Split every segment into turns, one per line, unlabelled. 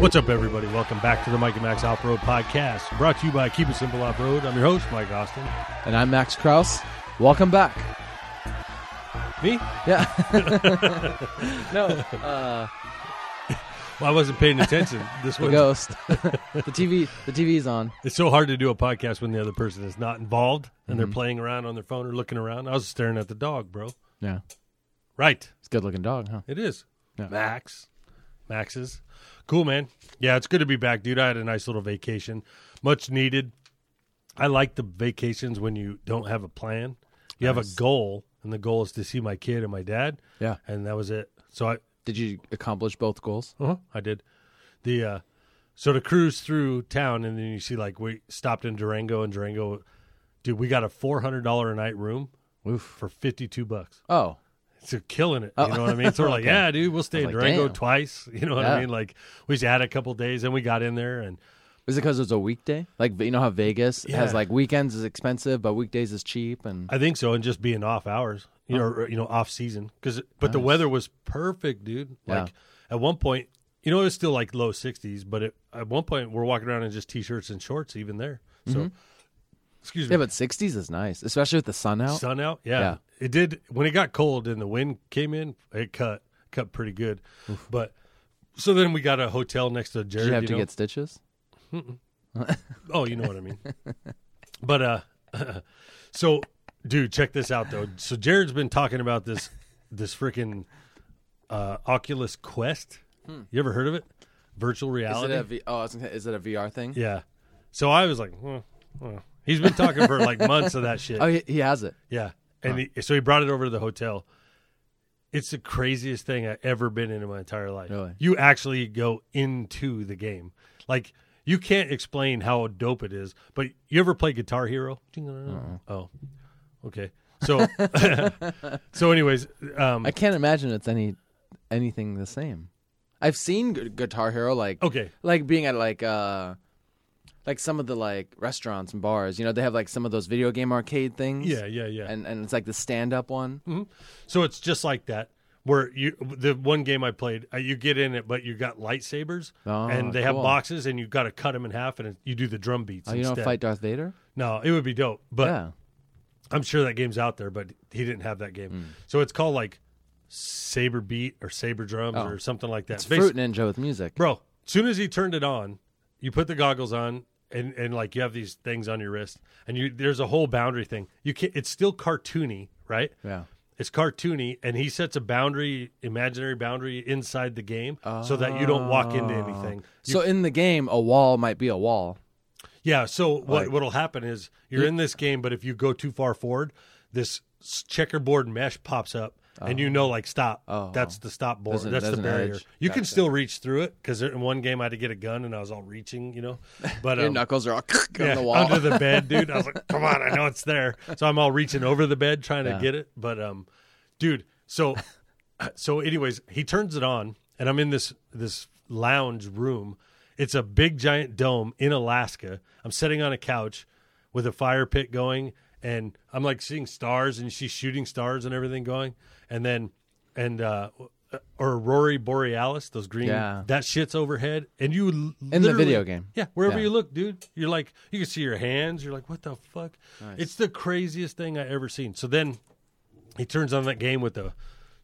What's up, everybody? Welcome back to the Mike and Max Off Road Podcast, brought to you by Keep It Simple Off Road. I'm your host, Mike Austin.
And I'm Max Kraus. Welcome back.
Me?
Yeah. no, uh,
Well, I wasn't paying attention. This
the
was
ghost. the TV. The TV's on.
it's so hard to do a podcast when the other person is not involved and they're playing around on their phone or looking around. I was staring at the dog, bro.
Yeah,
Right.
it's a good-looking dog, huh?
It is.
Yeah.
Max. Max's. Cool, man. Yeah, it's good to be back, dude. I had a nice little vacation, much needed. I like the vacations when you don't have a plan. You have a goal, and the goal is to see my kid and my dad,
Yeah.
and that was it. So I,
Did you accomplish both goals?
uh I did the uh, so to cruise through town, and then you see like we stopped in Durango, and Durango, dude, we got a four hundred dollar a night room
Oof.
for fifty two bucks.
Oh,
So killing it. You know what I mean? So we're like,
Okay.
yeah, dude, we'll stay in
I'm like,
Durango
damn.
twice. You know what I
Yeah.
mean? Like we just had a couple days and we got in there and
is it because it's a weekday? Like you know how Vegas
Yeah.
has like weekends is expensive, but weekdays is cheap, and
I think so. And just being off hours, you know,
Oh.
or, you know, off season. Cause, but the weather was perfect, dude.
Yeah.
Like at one point, you know, it was still like low sixties, but it, at one point we're walking around in just t-shirts and shorts even there. So excuse me,
Mm-hmm. yeah, but sixties is nice, especially with the sun out.
sun out. Yeah.
Yeah.
It did when it got cold and the wind came in, it cut, cut pretty good. But so then we got a hotel next to Jared.
Did you have
you
to
know?
get stitches?
Oh, you know what I mean. but uh so dude, check this out though. So Jared's been talking about this this freaking uh Oculus Quest. You ever heard of it? Virtual
Is it
reality?
a v- oh, I was gonna- is it a VR thing?
yeah. So I was like, well, well. he's been talking for like months of that shit.
Oh, he, he has it.
Yeah. And he, so he brought it over to the hotel. It's the craziest thing I've ever been in in my entire life.
Really?
You actually go into the game. Like, you can't explain how dope it is, but you ever play Guitar Hero?
Uh-uh.
Oh, okay. So, so anyways, um,
I can't imagine it's any anything the same. I've seen Gu- Guitar Hero like
okay.
like being at like uh like some of the like restaurants and bars you know they have like some of those video game arcade things
Yeah, yeah, yeah. Mm-hmm.
and and it's like the stand up one
So it's just like that. Where you the one game I played, uh, you get in it, but you got lightsabers,
Oh,
and they have
cool.
boxes, and you got to cut them in half, and it, you do the drum beats.
oh you don't
instead.
fight darth vader
No, it would be dope, but
yeah
I'm sure that game's out there, but he didn't have that
Mm.
game. So it's called like Saber Beat or Saber Drums
Oh.
or something like that.
it's
Basi-
fruit ninja with music
Bro, as soon as he turned it on, you put the goggles on and, and like you have these things on your wrist and you there's a whole boundary thing. You can it's still cartoony, right?
yeah
It's cartoony and he sets a boundary, imaginary boundary inside the game so that you don't walk into
Oh.
anything. You-
so in the game a wall might be a wall
yeah. So what
Like-
what'll happen is you're in this game, but if you go too far forward, this s- checkerboard mesh pops up, and you know, like stop.
Oh.
That's the stop board.
There's a-
that's the
there's an
barrier.
edge.
You can still reach through it because in one game I had to get a gun and I was all reaching, you know. But
your
um,
knuckles are all
yeah,
on the wall
under the bed, dude. I was like, come on, I know it's there. So I'm all reaching over the bed trying to
Yeah.
get it. But um, dude, so so anyways, he turns it on and I'm in this this lounge room. It's a big giant dome in Alaska. I'm sitting on a couch with a fire pit going and I'm like seeing stars and she's shooting stars and everything going. And then and uh or Rory Borealis, those green
Yeah.
that shit's overhead, and you in
the video game.
yeah, wherever
Yeah.
you look, dude, you're like you can see your hands. You're like, what the fuck? It's the craziest thing I ever seen. So then he turns on that game with the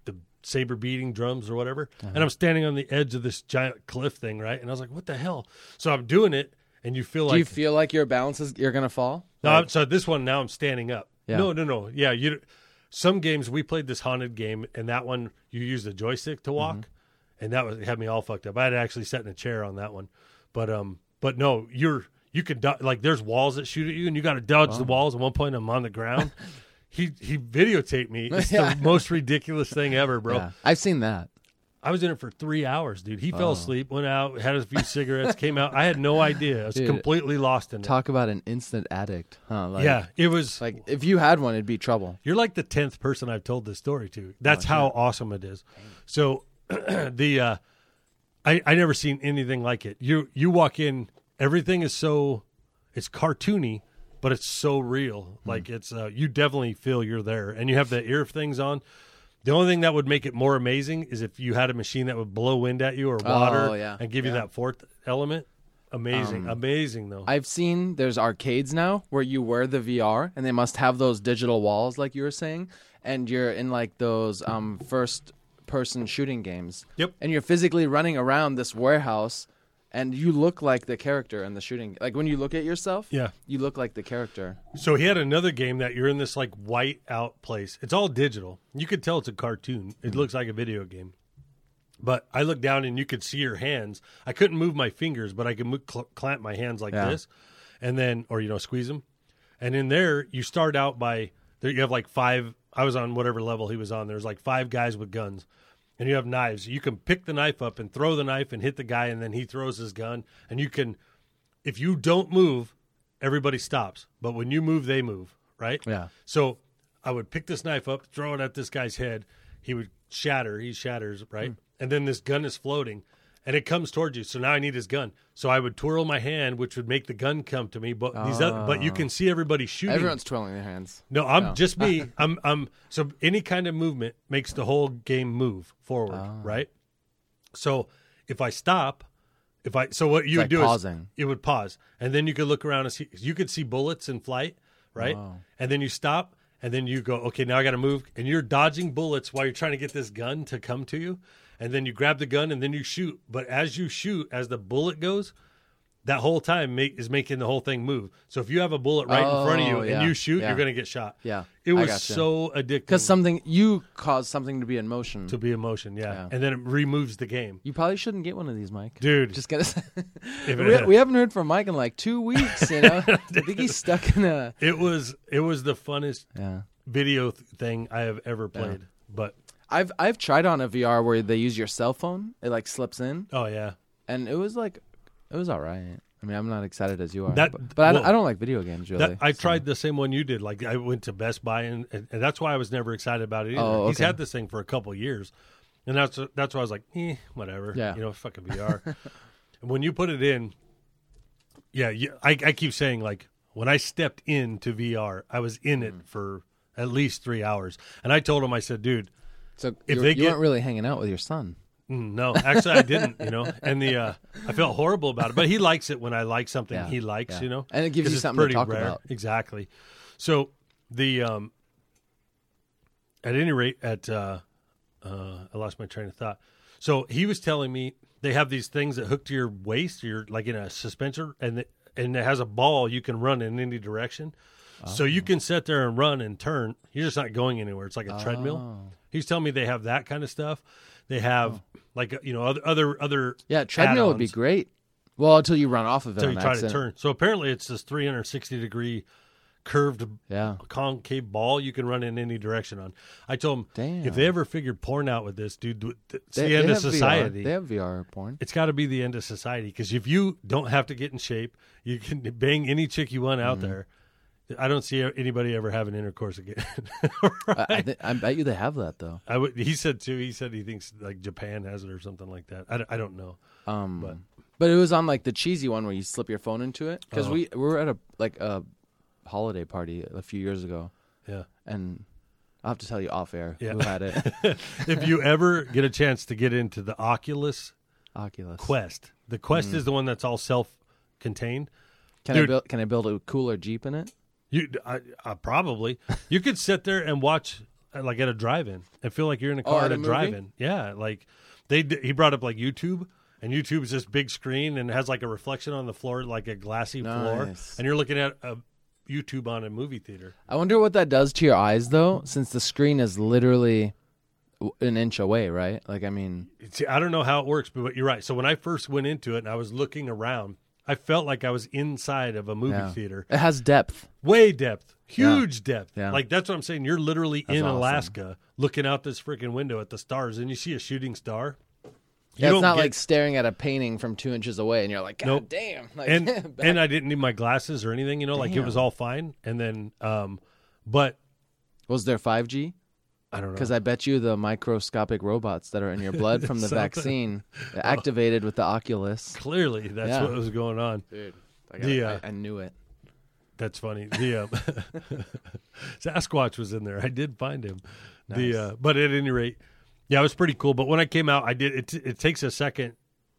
the saber beating drums or whatever,
Uh-huh.
and I'm standing on the edge of this giant cliff thing, right? And I was like, what the hell? So I'm doing it, and you feel
do
like
you feel like your balance is you're gonna fall
no, I'm, so this one now I'm standing up.
Yeah.
No, no, no. Yeah, you. Some games we played this haunted game, and that one you used a joystick to walk,
Mm-hmm.
and that was it had me all fucked up. I had to actually sat in a chair on that one, but um, but no, you're you could do- like there's walls that shoot at you, and you got to dodge
Oh.
the walls. At one point, I'm on the ground. he he videotaped me. It's
Yeah.
the most ridiculous thing ever, bro.
yeah i've seen that
I was in it for three hours, dude. He
Oh.
fell asleep, went out, had a few cigarettes, came out. I had no idea. I was
Dude,
completely lost in it.
talk about an instant addict huh like,
yeah, it was
like if you had one it'd be trouble
You're like the tenth person I've told this story to. That's
Oh,
how awesome it is. So the uh, I I never seen anything like it. You you walk in, everything is so it's cartoony, but
Hmm.
it's so real. Like it's uh, you definitely feel you're there, and you have the ear things on. The only thing that would make it more amazing is if you had a machine that would blow wind at you or water
Oh, yeah.
and give you
Yeah. Um,
that fourth element. Amazing, amazing though.
I've seen there's arcades now where you wear the VR and they must have those digital walls like you were saying and you're in like those um first person shooting games.
Yep.
And you're physically running around this warehouse and you look like the character in the shooting like when you look at yourself,
Yeah.
you look like the character.
So he had another game that you're in this like white out place. It's all digital. You could tell it's a cartoon. It looks like a video game. But I looked down and you could see your hands. I couldn't move my fingers, but I could move, cl- clamp my hands like
Yeah.
this, and then or you know squeeze them. And in there, you start out by there. You have like five. I was on whatever level he was on. There's like five guys with guns, and you have knives. You can pick the knife up and throw the knife and hit the guy, and then he throws his gun, and you can if you don't move, everybody stops. But when you move, they move, right?
Yeah.
So I would pick this knife up, throw it at this guy's head. He would shatter. He shatters, right? And then this gun is floating and it comes towards you. So now I need his gun. So I would twirl my hand, which would make the gun come to me. But these other, but you can see everybody shooting.
Everyone's twirling their hands.
No, I'm just me. I'm I'm so any kind of movement makes the whole game move forward,
Ah.
right? So if I stop, if I so what you
It's
would do
like
is
pausing.
it would pause, and then you could look around and see you could see bullets in flight, right? And then you stop, and then you go, okay, now I got to move, and you're dodging bullets while you're trying to get this gun to come to you, and then you grab the gun and then you shoot. But as you shoot, as the bullet goes, that whole time make, is making the whole thing move. So if you have a bullet right in front of you
Oh,
and
yeah,
you shoot,
yeah.
you're going to get shot.
Yeah,
It
I
was
gotcha.
so addictive
Cuz something you cause something to be in motion.
to be emotion, yeah.
Yeah.
And then it removes the game.
you probably shouldn't get one of these, Mike.
Dude,
Just gonna say,
If it
we,
had-
we haven't heard from Mike in like two weeks. You know, I think he's stuck in a
it was it was the funnest
yeah.
video th- thing I have ever played. But
I've I've tried on a VR where they use your cell phone. It like slips in,
oh yeah.
and it was like it was all right. I mean, I'm not excited as you are,
That-
but, but I, don't,
well,
I don't like video games really.
That, I
so-
tried the same one you did. Like I went to Best Buy, and, and that's why I was never excited about it. Either.
Oh,
He's
okay.
had this thing for a couple years, and that's that's why I was like, eh, whatever.
Yeah.
you know, fucking VR. and when you put it in, yeah, you, I, I keep saying like when I stepped into VR, I was in it
Mm.
for at least three hours, and I told him, I said, dude.
So
if
you-
they
you
get-
weren't really hanging out with your son.
Mm, No, actually, I didn't. You know, and the uh, I felt horrible about it, but he likes it when I like something
Yeah,
he likes.
yeah.
You know,
And it gives
'Cause
you
it's
something to
pretty
talk
rare.
about.
Exactly. So the um, at any rate, at uh, uh, I lost my train of thought. So he was telling me they have these things that hook to your waist, you're like in a suspensor, and it- and it has a ball you can run in any direction. So you can sit there and run and turn. You're just not going anywhere. It's like a treadmill. He's telling me they have that kind of stuff. They have like uh, you know other other other
Yeah, treadmill would be
add-ons
great. Well, until you run off of it.
until
on
you try to
accident.
turn. So apparently it's this 360 degree curved
Yeah.
concave ball you can run in any direction on. I told him
Damn.
if they ever figured porn out with this, dude, th- th- it's
They-
the end
they
of
have VR
society.
They have VR porn.
It's got to be the end of society because if you don't have to get in shape, you can bang any chick you want
Mm-hmm.
out there. I don't see anybody ever having intercourse again.
I, I, thi- I bet you they have that though.
I would, he said too. He said he thinks like Japan has it or something like that. I, don't- I don't know.
Um, but. it was on like the cheesy one where you slip your phone into it
Uh-huh.
because we, we were at a like a holiday party a few years ago,
Yeah.
and I'll have to tell you off air
Yeah.
who had it.
if you ever get a chance to get into the Oculus
Oculus.
Quest, the Quest
Mm.
is the one that's all self-contained.
Can I
Dude.
build? Can I build a cooler Jeep in it?
You I, I probably you could sit there and watch uh, like at a drive-in and feel like you're in a car
Oh, at
at
a
a
movie?
drive-in. Yeah, like they d- he brought up like YouTube and YouTube's this big screen and has like a reflection on the floor, like a glassy floor,
Nice.
and you're looking at a YouTube on a movie theater.
I wonder what that does to your eyes though, since the screen is literally w- an inch away, right? Like I mean,
See, I don't know how it works, but you're right. So when I first went into it and I was looking around, I felt like I was inside of a movie
yeah.
theater.
It has depth.
way depth, huge depth.
Yeah.
Like that's what I'm saying. You're literally in
awesome.
Alaska, looking out this freaking window at the stars, and you see a shooting star. You
Yeah,
don't
it's not
get-
like staring at a painting from two inches away, and you're like, God
Nope.
damn! Like,
and and I didn't need my glasses or anything. You know, like it was all fine. And then, um, but
was there 5G?
I don't know.
Because I bet you the microscopic robots that are in your blood from the
Something. Oh.
vaccine activated with the Oculus.
Clearly, that's
Yeah.
what was going on.
Dude, I,
gotta- The, uh, I-
knew it.
That's funny. The um, Sasquatch was in there. I did find him. The uh, but at any rate, yeah, it was pretty cool. But when I came out, I did. It it takes a second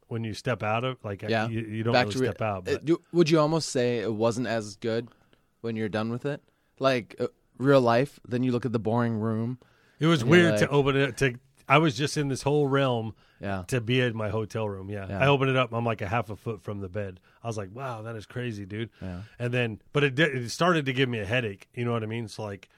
when you step out of like
Yeah.
you, you don't
Back
really
to re-
step out.
Uh,
But
do- would you almost say it wasn't as good when you're done with it? Like uh, real life, then you look at the boring room.
it was
you're
weird to
like-
open it. To I was just in this whole realm
Yeah.
to be in my hotel room. Yeah.
Yeah.
I opened it up. I'm like a half a foot from the bed. I was like, wow, that is crazy, dude.
Yeah.
And then, but it, did, it started to give me a headache. You know what I mean? It's like,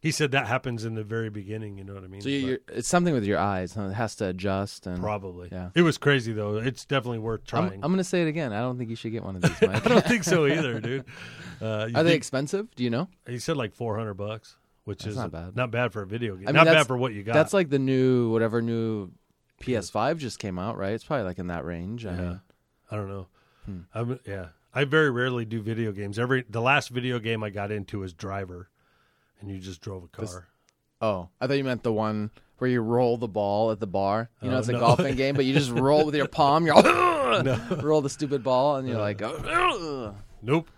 he said that happens in the very beginning. You know what I mean?
So you,
But
you're, it's something with your eyes. Huh? It has to adjust. And
probably.
Yeah.
It was crazy though. It's definitely worth
I'm,
trying.
I'm gonna say it again. I don't think you should get one of these. Mike.
I don't think so either, dude. Uh, you
Are they
think-
expensive? Do you know?
He said like 400 bucks, which is
not bad.
Not bad for a video game.
I mean,
not bad
that's-
for what you got.
That's like the new whatever new PS5 just came out, right? It's probably like in that range. I mean,
I don't know.
Hmm.
I'm, yeah, I very rarely do video games. Every the last video game I got into was Driver, and you just drove a car.
oh, I thought you meant the one where you roll the ball at the bar. You know,
Oh,
it's a
no.
golfing game, but you just roll with your palm. You're all, roll the stupid ball, and you're like, oh,
Nope.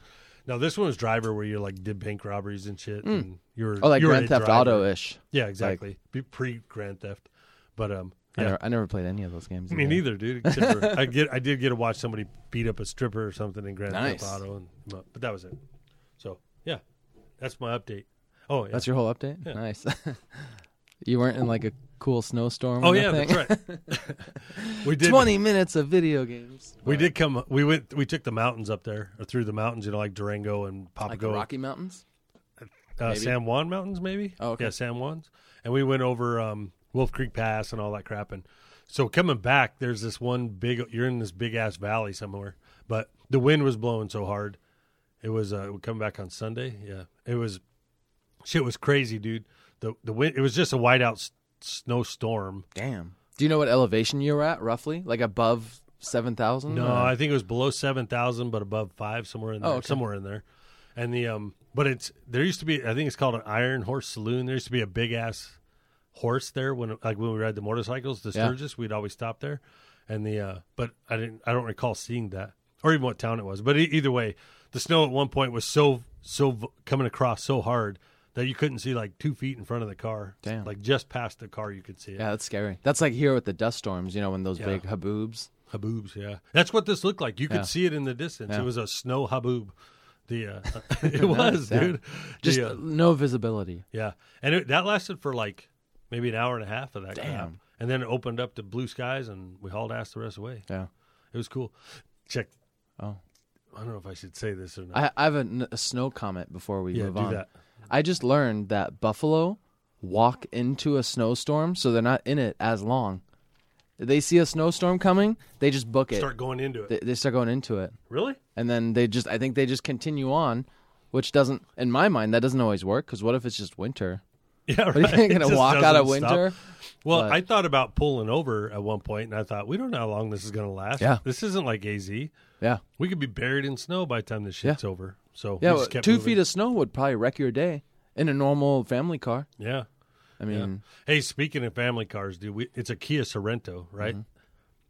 No, this one was Driver, where you like did bank robberies and shit, and you were
oh like
you were
Grand
a
Theft
driver.
Auto ish.
Yeah, exactly. Pre Grand Theft, but um,
I,
yeah.
never, I never played any of those games.
Me
either.
neither, dude. Except for I get, I did get to watch somebody beat up a stripper or something in Grand
Nice.
Theft Auto, and but, but that was it. So yeah, that's my update. Oh, yeah.
That's your whole update. Nice. you weren't in like a cool snowstorm.
oh
or
yeah,
nothing?
that's right. we did.
Twenty minutes of video games.
We did come. We went. We took the mountains up there, or through the mountains, you know, like Durango and
like the
Papago,
Rocky Mountains.
uh,
maybe.
San Juan Mountains, maybe.
Oh, okay.
yeah, San Juan's. And we went over um, Wolf Creek Pass and all that crap. And so coming back, there's this one big. You're in this big ass valley somewhere, but the wind was blowing so hard. It was uh, coming back on Sunday. Yeah, it was. Shit was crazy, dude. The the wind. It was just a whiteout s- snowstorm.
Damn. Do you know what elevation you were at roughly? Like above seven thousand?
No, I think it was below seven thousand, but above five, somewhere in there,
Oh, okay.
somewhere in there. And the um, but it's there used to be. I think it's called an Iron Horse Saloon. There used to be a big ass horse there when like when we ride the motorcycles, the
Yeah.
Sturgis. We'd always stop there, and the uh, but I didn't. I don't recall seeing that or even what town it was. But e- either way, the snow at one point was so so v- coming across so hard that you couldn't see like two feet in front of the car.
Damn.
like just past the car, you could see it.
Yeah, that's scary. That's like here with the dust storms, you know, when those
Yeah.
big haboobs.
Haboobs, yeah. That's what this looked like. You could
Yeah.
see it in the distance.
Yeah.
It was a snow haboob. The uh, it was,
yeah.
dude.
Just
the, uh,
no visibility.
yeah, and it, that lasted for like maybe an hour and a half of that crap,
Damn.
and then it opened up to blue skies, and we hauled ass the rest of the way.
Yeah.
It was cool. Check.
Oh.
I don't know if I should say this or not.
I, I have a, n- a snow comment before we
yeah,
move
do
on.
that.
I just learned that buffalo walk into a snowstorm, so they're not in it as long. They see a snowstorm coming, they just book it.
Start going into it.
they, they start going into it,
really?
and then they just. I think they just continue on, which doesn't, in my mind, that doesn't always work. Because what if it's just winter?
Yeah. Right.
Are you
It
gonna
just
walk out of
doesn't stop.
winter?
Well,
But-
I thought about pulling over at one point, and I thought we don't know how long this is going to last.
Yeah.
This isn't like AZ.
Yeah,
We could be buried in snow by the time this shit's over. So
yeah.
we
well,
just kept
Two
moving.
feet of snow would probably wreck your day in a normal family car.
Yeah.
I mean,
Hey, speaking of family cars, dude, we, it's a Kia Sorento, right?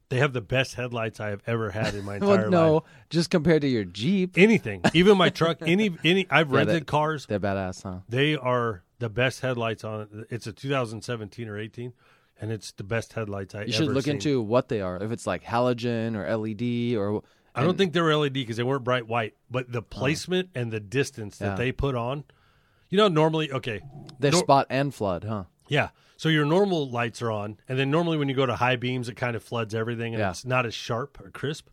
They have the best headlights I have ever had in my entire
Mm-hmm. well, no,
life.
just compared to your Jeep,
Anything, even my truck, any any I've rented
that-
cars,
they're badass, huh?
they are the best headlights on. it. It's a 2017 or 18, and it's the best headlights I
You should look into what they are. If it's like halogen or LED or
I don't think they were LED because they weren't bright white, but the placement and the distance that
Oh. Yeah.
they put on. You know, normally, okay,
they're
No-
spot and flood, huh?
Yeah. So your normal lights are on, and then normally when you go to high beams, it kind of floods everything, and
Yeah.
it's not as sharp or crisp,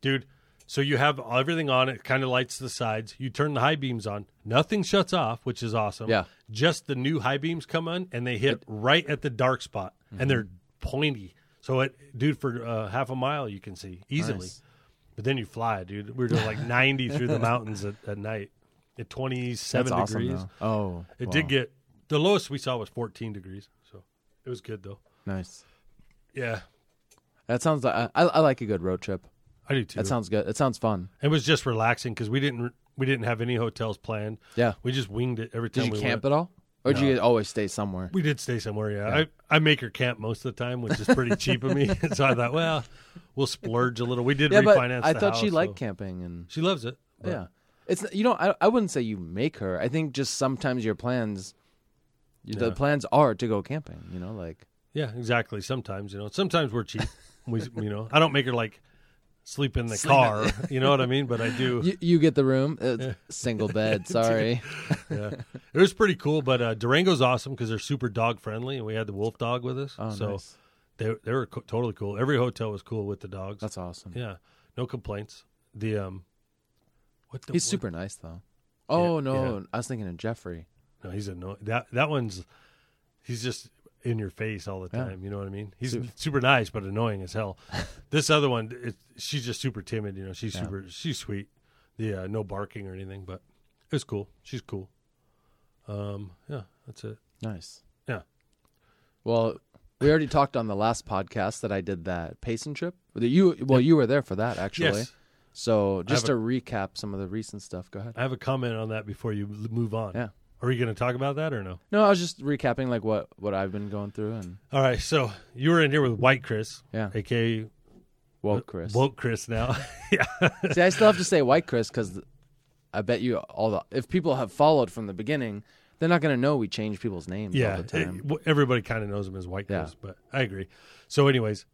dude. So you have everything on. It kind of lights the sides. You turn the high beams on. Nothing shuts off, which is awesome.
Yeah.
Just the new high beams come on, and they hit right at the dark spot,
Mm-hmm.
and they're pointy. So it, dude, for uh, half a mile you can see easily.
Nice.
But then you fly, dude. We are doing like 90 through the mountains at, at night at 27
That's awesome.
degrees.
though. Oh,
It
wow.
did get the lowest we saw was 14 degrees, so it was good though.
nice.
Yeah,
That sounds like I, I like a good road trip.
I do too.
That sounds good. It sounds fun.
it was just relaxing because we didn't we didn't have any hotels planned.
Yeah.
we just winged it every time.
Did you
we
camp
Went.
at all, or did you always stay somewhere?
We did stay somewhere. Yeah, I, I make her camp most of the time, which is pretty cheap of me. so I thought, well, we'll splurge a little. We did
Yeah, but
refinance.
I
the
thought she
house,
liked
so-
camping, and
She loves it. but-
yeah, it's you know I I wouldn't say you make her. I think just sometimes your plans The plans are to go camping. You know, like
Yeah, exactly. Sometimes, you know, sometimes we're cheap. we, you know, I don't make her like sleep in the car. you know what I mean? But I do.
you, you get the room, it's single bed. Sorry,
yeah. It was pretty cool, but uh, Durango's awesome because they're super dog friendly, and we had the wolf dog with us.
Oh,
so
nice.
they they were co- totally cool. Every hotel was cool with the dogs.
that's awesome.
yeah, no complaints. The um, what the,
He's
what-
super nice though. Oh
Yeah,
no,
yeah.
I was thinking of Jeffrey.
No, he's annoying. That that one's he's just in your face all the
Yeah.
time. You know what I mean? He's
Super.
super, nice, but annoying as hell. this other one, it, she's just super timid. You know, she's
Yeah.
super she's sweet. Yeah, no barking or anything, but it was cool. She's cool. Um, yeah, that's it.
Nice.
Yeah.
Well, we already talked on the last podcast that I did that Payson trip. That you well, you were there for that actually.
Yes.
So just
a-
to recap some of the recent stuff. Go ahead.
I have a comment on that before you l- move on.
Yeah.
Are you going to talk about that or no?
No, I was just recapping like what what I've been going through and
All right. So you were in here with White Chris,
yeah.
aka
Uh, Woke Chris.
Woke Chris. Now, yeah,
See, I still have to say white Chris because I bet you all the if people have followed from the beginning, they're not gonna know we change people's names all
yeah.
the
it-
time.
w- everybody kind of knows him as White
Yeah.
Chris, but I agree. So, anyways,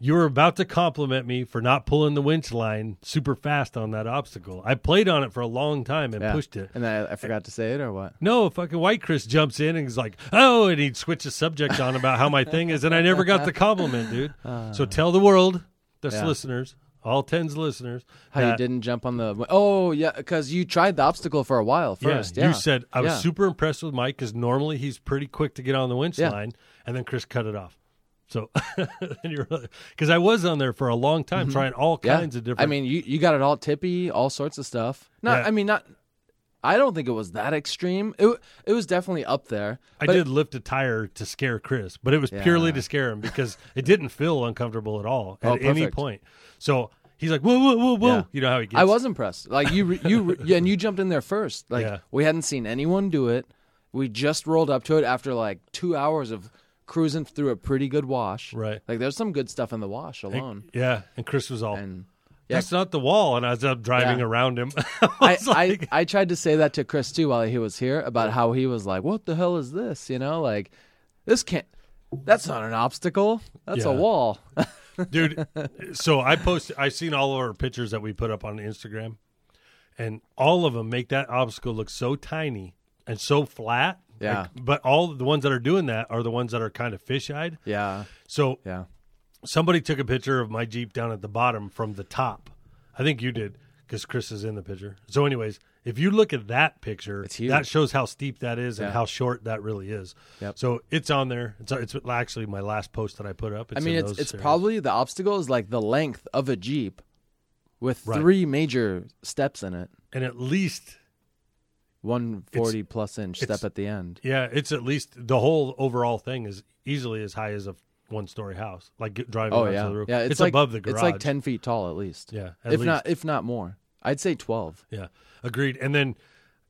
you were about to compliment me for not pulling the winch line super fast on that obstacle. I played on it for a long time and
Yeah.
pushed it.
And then I, I forgot to say it or what?
No, fucking White Chris jumps in and he's like, "Oh," and he switches subject on about how my thing is, and I never got the compliment, dude. so tell the world, that's
Uh. Yeah.
listeners, all tens listeners,
How you
that-
didn't jump on the oh yeah because you tried the obstacle for a while
Yeah,
first. Yeah,
you said I was
Yeah.
super impressed with Mike because normally he's pretty quick to get on the winch
Yeah.
line, and then Chris cut it off. So, because I was on there for a long time trying all
Mm-hmm. Yeah.
kinds of different.
I mean, you, you got it all tippy, all sorts of stuff. Not,
Yeah.
I mean, not. I don't think it was that extreme. It wa- it was definitely up there.
I
but-
did lift a tire to scare Chris, but it was purely
Yeah.
to scare him because it didn't feel uncomfortable at all
Oh,
at any
perfect.
point. So he's like, "Whoa, whoa, whoa, whoa!"
Yeah.
You know how he gets.
I was impressed. Like you, re- you, re- yeah, and you jumped in there first. Like
Yeah.
we hadn't seen anyone do it. We just rolled up to it after like two hours of cruising through a pretty good wash.
Right.
Like there's some good stuff in the wash alone.
Yeah, and Chris was all,
and
"That's not the wall," and I was up driving
Yeah.
around him. I
I,
was like,
I, I tried to say that to Chris too while he was here about how he was like, "What the hell is this?" You know, like this can't. That's not an obstacle. That's a
Yeah.
wall.
dude. So I posted. I've seen all of our pictures that we put up on Instagram, and all of them make that obstacle look so tiny and so flat.
Yeah.
Like, but all the ones that are doing that are the ones that are kind of fisheyed.
yeah,
So
yeah,
somebody took a picture of my Jeep down at the bottom from the top. I think you did because Chris is in the picture. So, anyways, if you look at that picture,
It's huge.
that shows how steep that is and how short that really is.
Yep.
So it's on there. It's, it's actually my last post that I put up.
I
in
mean, it's
those
it's
areas.
probably the obstacle is like the length of a jeep, with
Right.
three major steps in it.
and at least
One forty plus inch step
it's-
at the end.
yeah, it's at least the whole overall thing is easily as high as a one story house. Like get- driving
Oh
onto
yeah,
the roof.
yeah.
it's,
It's, like,
above the garage.
It's like ten feet tall at least.
Yeah,
if
at least.
not if not more. I'd say twelve.
Yeah, agreed. And then.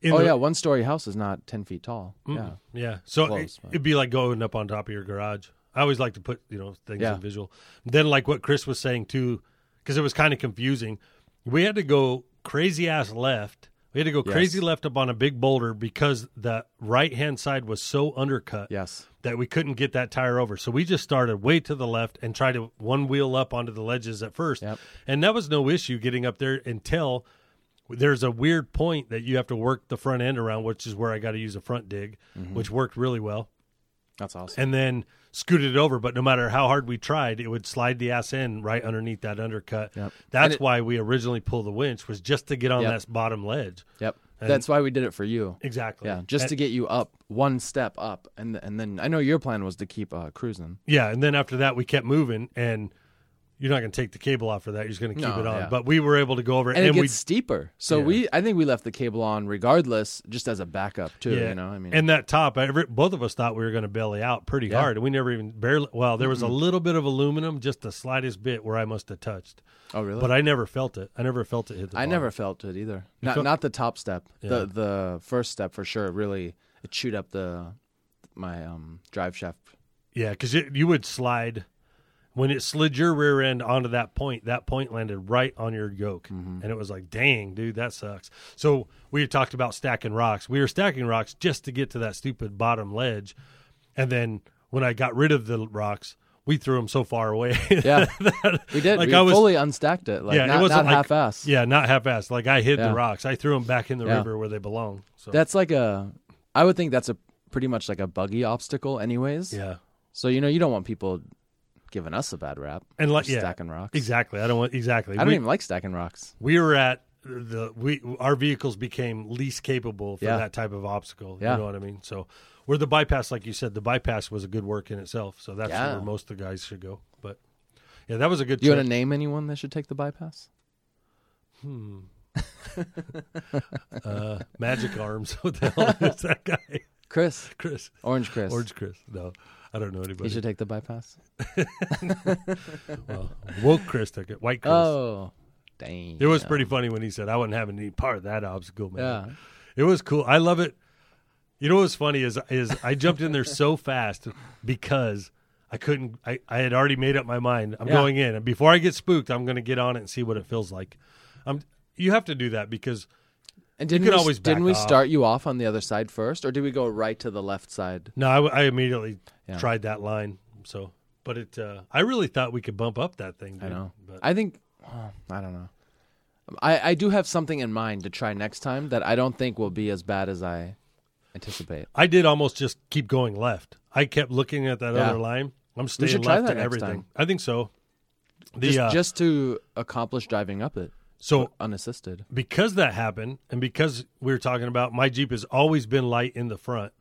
In
oh
the,
yeah, one story house is not ten feet tall. Yeah.
Yeah. So
Close,
it,
but-
would be like going up on top of your garage. I always like to put, you know, things
Yeah.
in visual. Then like what Chris was saying too, because it was kind of confusing. We had to go crazy ass left. We had to go crazy left up on a big boulder because the right hand side was so undercut
Yes.
that we couldn't get that tire over. So we just started way to the left and tried to one wheel up onto the ledges at first.
Yep.
And that was no issue getting up there until there's a weird point that you have to work the front end around, which is where I got to use a front dig,
Mm-hmm.
which worked really well.
That's awesome.
And then scooted it over, but no matter how hard we tried, it would slide the ass in right underneath that undercut.
Yep. And
That's
it-
why we originally pulled the winch was just to get on
Yep.
that bottom ledge.
Yep. That's why we did it for you.
Exactly.
Yeah, just
And-
to get you up one step up, and and then I know your plan was to keep uh, cruising.
Yeah, and then after that we kept moving and you're not going to take the cable off for that. You're just going to keep
No,
it on.
yeah.
But we were able to go over it
And,
and,
it
we
gets steeper, so
Yeah.
we I think we left the cable on regardless, just as a backup too.
yeah.
You know, I mean,
And that top, every, both of us thought we were going to belly out pretty
Yeah.
hard and we never even barely well, there was a little bit of aluminum just the slightest bit where I must have touched.
oh really?
But I never felt it. I never felt it hit the
I
bottom.
never felt it either. Not
felt-
not the top step,
Yeah.
the the first step for sure. Really, it chewed up the my um drive shaft.
Yeah, cuz you would slide When it slid your rear end onto that point, that point landed right on your yoke.
Mm-hmm.
And it was like, dang, dude, that sucks. So we had talked about stacking rocks. We were stacking rocks just to get to that stupid bottom ledge. And then when I got rid of the rocks, we threw them so far away.
Yeah.
that-
We did.
Like
we
I was-
fully unstacked it. Like
yeah,
not,
it wasn't like-
not half-assed.
Yeah, not half assed. Like I hid
Yeah.
the rocks. I threw them back in the
Yeah.
river where they belong. So
That's like a. I would think that's a pretty much like a buggy obstacle, anyways.
yeah,
So you know you don't want people giving us a bad rap.
and like
for
yeah,
stacking rocks.
exactly. I don't want exactly.
I don't
we,
even like stacking rocks.
we were at the we our vehicles became least capable for
Yeah.
that type of obstacle.
Yeah.
You know what I mean? So where the bypass, like you said, the bypass was a good work in itself. So that's
Yeah.
where most of the guys should go. But yeah, that was a good.
Do you
trip.
want to name anyone that should take the bypass?
Hmm. uh, magic arms. What the hell is that guy?
Chris,
Chris.
Orange Chris.
Orange Chris. No, I don't know
He
anybody.
should take the bypass.
Well, woke Chris took it. White Chris.
Oh, dang.
it was pretty funny when he said, "I wouldn't have any part of that obstacle, man." It
Yeah.
was cool. I love it. You know what's funny is is I jumped in there so fast because I couldn't. I, I had already made up my mind. I'm
Yeah.
going in, and before I get spooked, I'm going to get on it and see what it feels like. Um, you have to do that because
And didn't
could
we,
always
didn't
back
we
off.
start you off on the other side first, or did we go right to the left side?
no, I, I immediately
Yeah.
tried that line. So, but it, uh, I really thought we could bump up that thing. Dude.
I know.
But
I think oh, I don't know. I, I do have something in mind to try next time that I don't think will be as bad as I anticipate.
I did almost just keep going left. I kept looking at that
Yeah.
other line. I'm staying
should try
left
that
at
next
everything.
time.
I think so. The
Just,
uh,
just to accomplish driving up it
so
unassisted.
because that happened, and because we were talking about my Jeep has always been light in the front,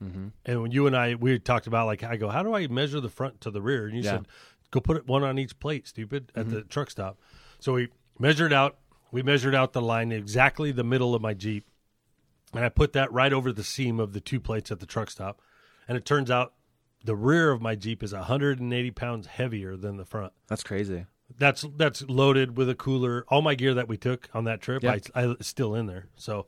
and when you and I we had talked about like I go, how do I measure the front to the rear? And you
Yeah.
said, go put it one on each plate, stupid, at the truck stop. So we measured out. We measured out the line exactly the middle of my Jeep, and I put that right over the seam of the two plates at the truck stop. And it turns out the rear of my Jeep is 180 pounds heavier than the front
That's crazy.
that's that's loaded with a cooler. All my gear that we took on that trip,
Yeah.
I, I it's still in there. So,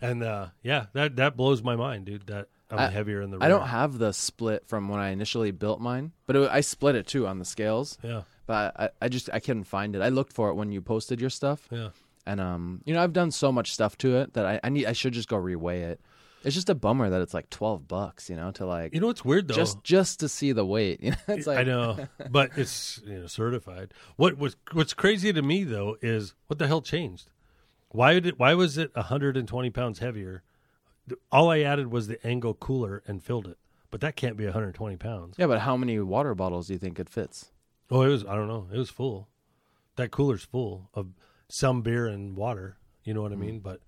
and uh, yeah, that that blows my mind, dude. That I'm
I-
heavier in the.
I
rear.
don't have the split from when I initially built mine, but it, I split it too on the scales.
Yeah,
But I, I just I couldn't find it. I looked for it when you posted your stuff,
yeah.
and um, you know I've done so much stuff to it that I, I need I should just go reweigh it. It's just a bummer that it's like twelve bucks, you know, to like
You know what's weird though?
just just to see the weight. You know, it's like
I know, but it's you know, certified. What was what's crazy to me though is what the hell changed? Why did why was it 120 pounds heavier? All I added was the angle cooler and filled it, but that can't be 120 pounds.
Yeah, but how many water bottles do you think it fits?
Oh, it was. I don't know. It was full. That cooler's full of some beer and water. You know what
Hmm.
I mean? But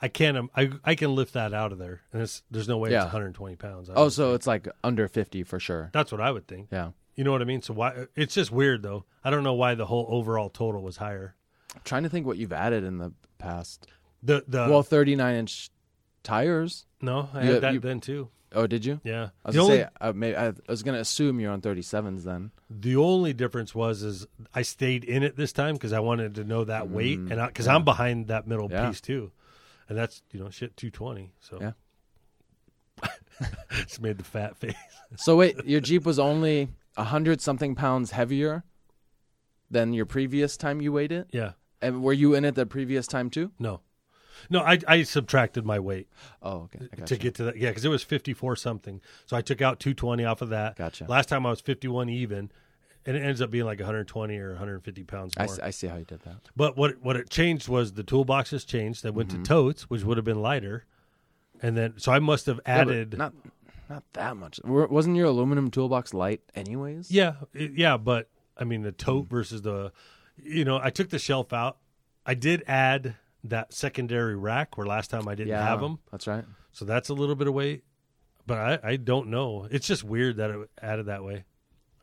I can't. um, I I can lift that out of there, and it's, there's no way
Yeah.
it's 120 pounds. I
Oh,
would-
so it's like under fifty for sure.
that's what I would think.
Yeah,
You know what I mean? So why? It's just weird though. I don't know why the whole overall total was higher.
I'm trying to think what you've added in the past.
The the
well, thirty-nine inch tires.
no, I
you-
had that
you-
then too.
Oh, did you?
Yeah.
I was
the
gonna
only
say, uh, maybe, I was gonna assume you're on 37s then.
the only difference was is I stayed in it this time because I wanted to know that weight and because I'm behind that middle
Mm, Yeah.
piece too, and that's you know shit 220. So
Yeah.
just made the fat face.
So wait, your Jeep was only a hundred something pounds heavier than your previous time you weighed it,
Yeah.
and were you in it the previous time too?
No. No, I, I subtracted my weight
Oh, okay, I
to
gotcha.
get to that. Yeah, because it was 54 something. So I took out 220 off of that.
Gotcha.
Last time I was 51 even, and it ends up being like 120 or 150 pounds
I
more.
see, I see how you did that.
But what what it changed was the toolboxes changed. They
Mm-hmm.
went to totes, which would have been lighter. And then, so I must have
Yeah, but
added.
not not that much. Wa- Wasn't your aluminum toolbox light anyways?
Yeah, it- yeah, but I mean the tote
Mm.
versus the, you know, I took the shelf out. I did add that secondary rack where last time I didn't
yeah,
have them,
That's right.
so that's a little bit of weight. But I, I don't know. It's just weird that it added that way.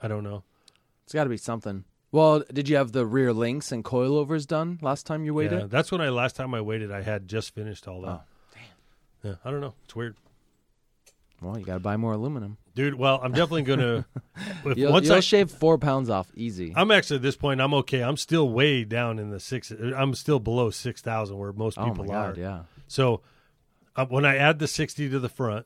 I don't know.
It's got to be something. Well, did you have the rear links and coilovers done last time you weighed
yeah,
it?
that's when I last time I waited. I had just finished all that.
Oh,
damn. Yeah, I don't know. It's weird,
Well, you got to buy more aluminum.
dude. Well, I'm definitely gonna. if
You'll,
once
you'll
I,
shave four pounds off easy.
I'm actually at this point. I'm okay. I'm still way down in the six. I'm still below six thousand, where most
oh
people
my
are.
god, yeah.
So uh, when I add the 60 to the front,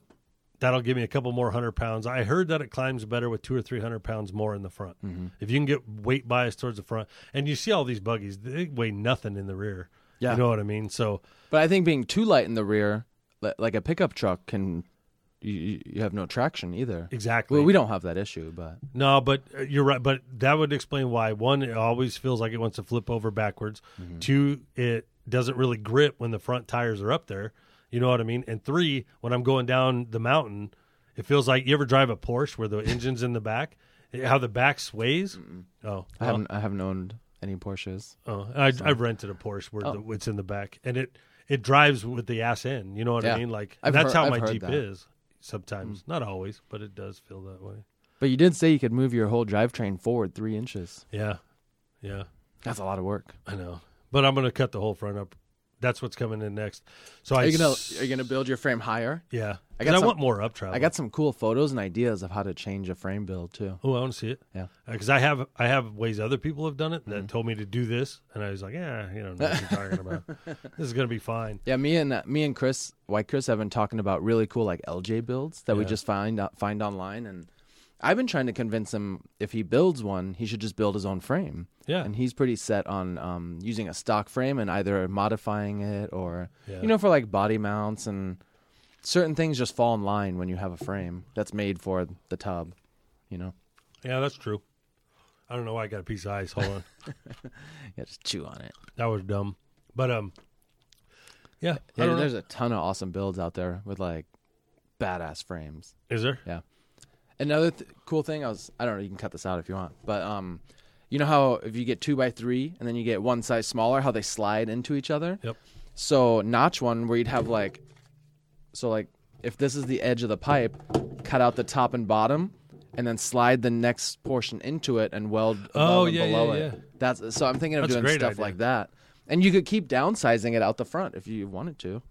That'll give me a couple more hundred pounds. I heard that it climbs better with two or three hundred pounds more in the front.
Mm-hmm.
If you can get weight bias towards the front, and you see all these buggies, they weigh nothing in the rear.
Yeah.
You know what I mean? So
But I think being too light in the rear, li- like a pickup truck, can you- you, you have no traction either.
exactly.
Well, we don't have that issue, but
No, but uh, you're right. But that would explain why one, it always feels like it wants to flip over backwards.
Mm-hmm.
Two, it doesn't really grip when the front tires are up there. You know what I mean? And three, when I'm going down the mountain, it feels like you ever drive a Porsche where the engine's in the back, how the back sways. Oh,
I haven't I haven't owned any Porsches.
oh, I, I've rented a Porsche where
Oh.
the, it's in the back, and it it drives with the ass in. You know what I
Yeah.
mean? Like
I've
that's
heard-
how
I've
my
heard
Jeep
that. Mm.
is sometimes, not always, but it does feel that way.
But you did say you could move your whole drivetrain forward three inches.
Yeah, yeah.
That's a lot of work.
I know, but I'm gonna cut the whole front up. That's what's coming in next. So I
Are you gonna
s-
are you gonna build your frame higher?
yeah. I,
I got
I
some-
want more up travel.
I got some cool photos and ideas of how to change a frame build too.
Oh, I want to see it.
Yeah. Mm-hmm.
because I have I have ways other people have done it that told me to do this, and I was like, yeah, you don't know what you're talking about. This is gonna be fine.
Yeah, me and uh, me and Chris, why Chris have been talking about really cool like LJ builds that we just find out, find online, and I've been trying to convince him if he builds one, he should just build his own frame.
Yeah.
and he's pretty set on um, using a stock frame and either modifying it or
Yeah.
you know for like body mounts and certain things just fall in line when you have a frame that's made for the tub. You know,
Yeah, that's true. I don't know why I got a piece of ice. Hold on,
yeah, just chew on it.
that was dumb. But um, yeah, I
Yeah,
don't know.
there's a ton of awesome builds out there with like badass frames.
Is there?
Yeah. Another th- cool thing I was I don't know you can cut this out if you want, but um, you know how if you get two by three and then you get one size smaller, how they slide into each other.
Yep.
So notch one where you'd have like, so like if this is the edge of the pipe, cut out the top and bottom, and then slide the next portion into it and weld above
Oh,
and
yeah,
below
yeah,
it. That's so I'm thinking of
That's a
doing
great
stuff
idea.
like that, and you could keep downsizing it out the front if you wanted to.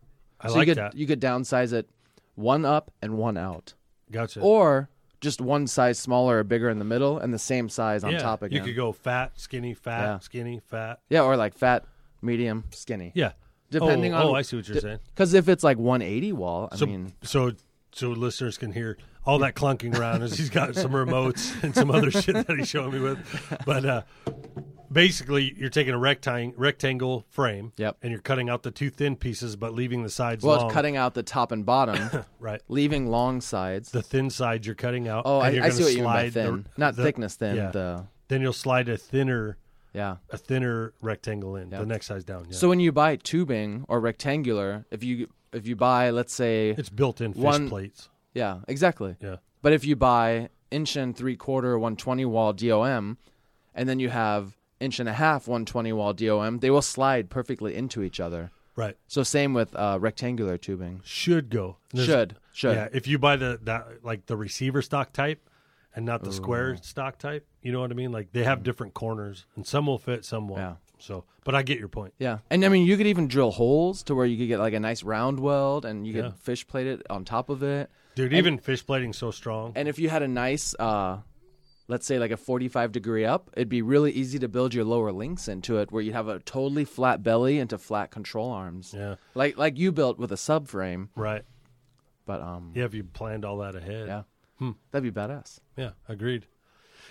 I
so
like
you could,
that.
You could downsize it one up and one out
Gotcha.
or just one size smaller or bigger in the middle and the same size on
yeah,
top again.
you could go fat, skinny, fat,
Yeah.
skinny, fat.
yeah, or like fat, medium, skinny.
Yeah,
Depending
oh,
on-
Oh, I see what you're saying.
Because if it's like 180 wall, I
So,
mean,
so, so listeners can hear all that clunking around as he's got some remotes and some other shit that he's showing me with. But uh, basically, you're taking a rectangle rectangle frame,
Yep.
and you're cutting out the two thin pieces, but leaving the sides
well,
long.
it's cutting out the top and bottom,
right.
leaving long sides.
The thin sides you're cutting out.
oh,
and
I,
you're
I
gonna
see what you mean by
slide the-
thin. Not
the-
thickness thin.
yeah.
The
Then you'll slide a thinner
yeah.
a thinner rectangle in the next size down. Yeah.
So when you buy tubing or rectangular, if you if you buy, let's say,
it's built in fish
one-
plates.
yeah, exactly.
Yeah.
But if you buy inch and three quarter 120 wall DOM, and then you have inch and a half 120 wall DOM, they will slide perfectly into each other.
Right.
So same with uh, rectangular tubing.
Should go. There's-
Should should
Yeah, if you buy the that like the receiver stock type and not the square stock type, you know what I mean? Like they have different corners and some will fit, some won't.
Mm. Yeah.
So, but I get your point.
Yeah. And I mean, you could even drill holes to where you could get like a nice round weld, and you could
Yeah.
fish plate it on top of it.
Dude, even fish plating's so strong.
And if you had a nice, uh, let's say like a 45 degree up, it'd be really easy to build your lower links into it, where you'd have a totally flat belly into flat control arms.
yeah.
Like like you built with a subframe.
Right.
But um,
Yeah, if you planned all that ahead.
yeah,
Hmm.
that'd be badass.
Yeah, agreed.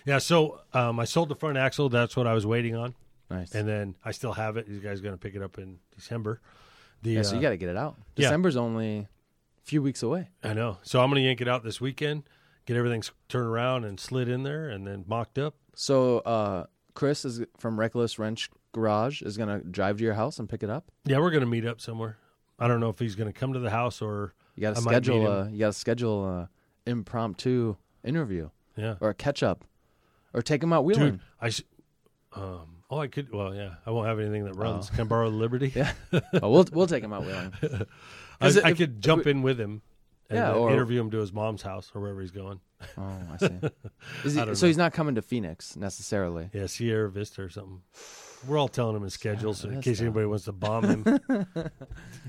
Yeah, so um, I sold the front axle, that's what I was waiting on.
Nice.
And then I still have it. You guys going to pick it up in December. The
yeah, so
uh,
you got to get it out.
Yeah.
December's only a few weeks away.
I know. So I'm going to yank it out this weekend, get everything s- turned around and slid in there and then mocked up.
So uh, Chris is from Reckless Wrench Garage is gonna drive to your house and pick it up.
Yeah, we're gonna meet up somewhere. I don't know if he's gonna come to the house or
You got to
I might meet
schedule.
him.
A, you got to schedule a impromptu interview
yeah.
or a catch up, or take him out wheeling.
Dude, I sh- um oh I could well yeah I won't have anything that runs. Can I borrow the Liberty? Yeah,
Oh, we'll we'll take him out wheeling.
I,
Is it-
I
if-
could jump in with him and
Yeah,
uh,
or-
interview him to his mom's house or wherever he's going.
Oh, I see. Is he, so he's not coming to Phoenix necessarily.
Yeah, Sierra Vista or something. We're all telling him his schedule so in case
Vista.
anybody wants to bomb him,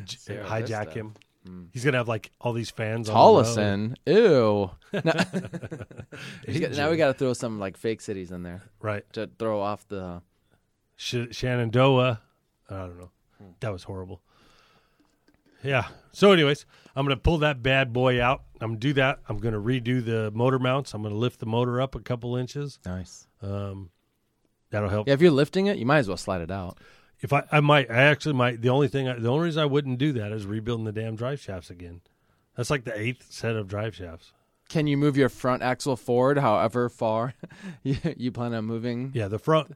j-
Sierra
hijack
Vista. Hmm.
him. He's gonna have like all these fans. on
Tallison, ew.
the
You
road.
got- now we got to throw some like fake cities in there
right
to throw off the.
Sh- Shenandoah. I don't know. That was horrible. Yeah. So, anyways, I'm gonna pull that bad boy out. I'm gonna do that. I'm gonna redo the motor mounts. I'm gonna lift the motor up a couple inches.
Nice.
Um, that'll help.
Yeah, if you're lifting it, you might as well slide it out.
If I, I might, I actually might. The only thing, I, the only reason I wouldn't do that is rebuilding the damn drive shafts again. That's like the eighth set of drive shafts.
Can you move your front axle forward however far you, you plan on moving
Yeah, the front.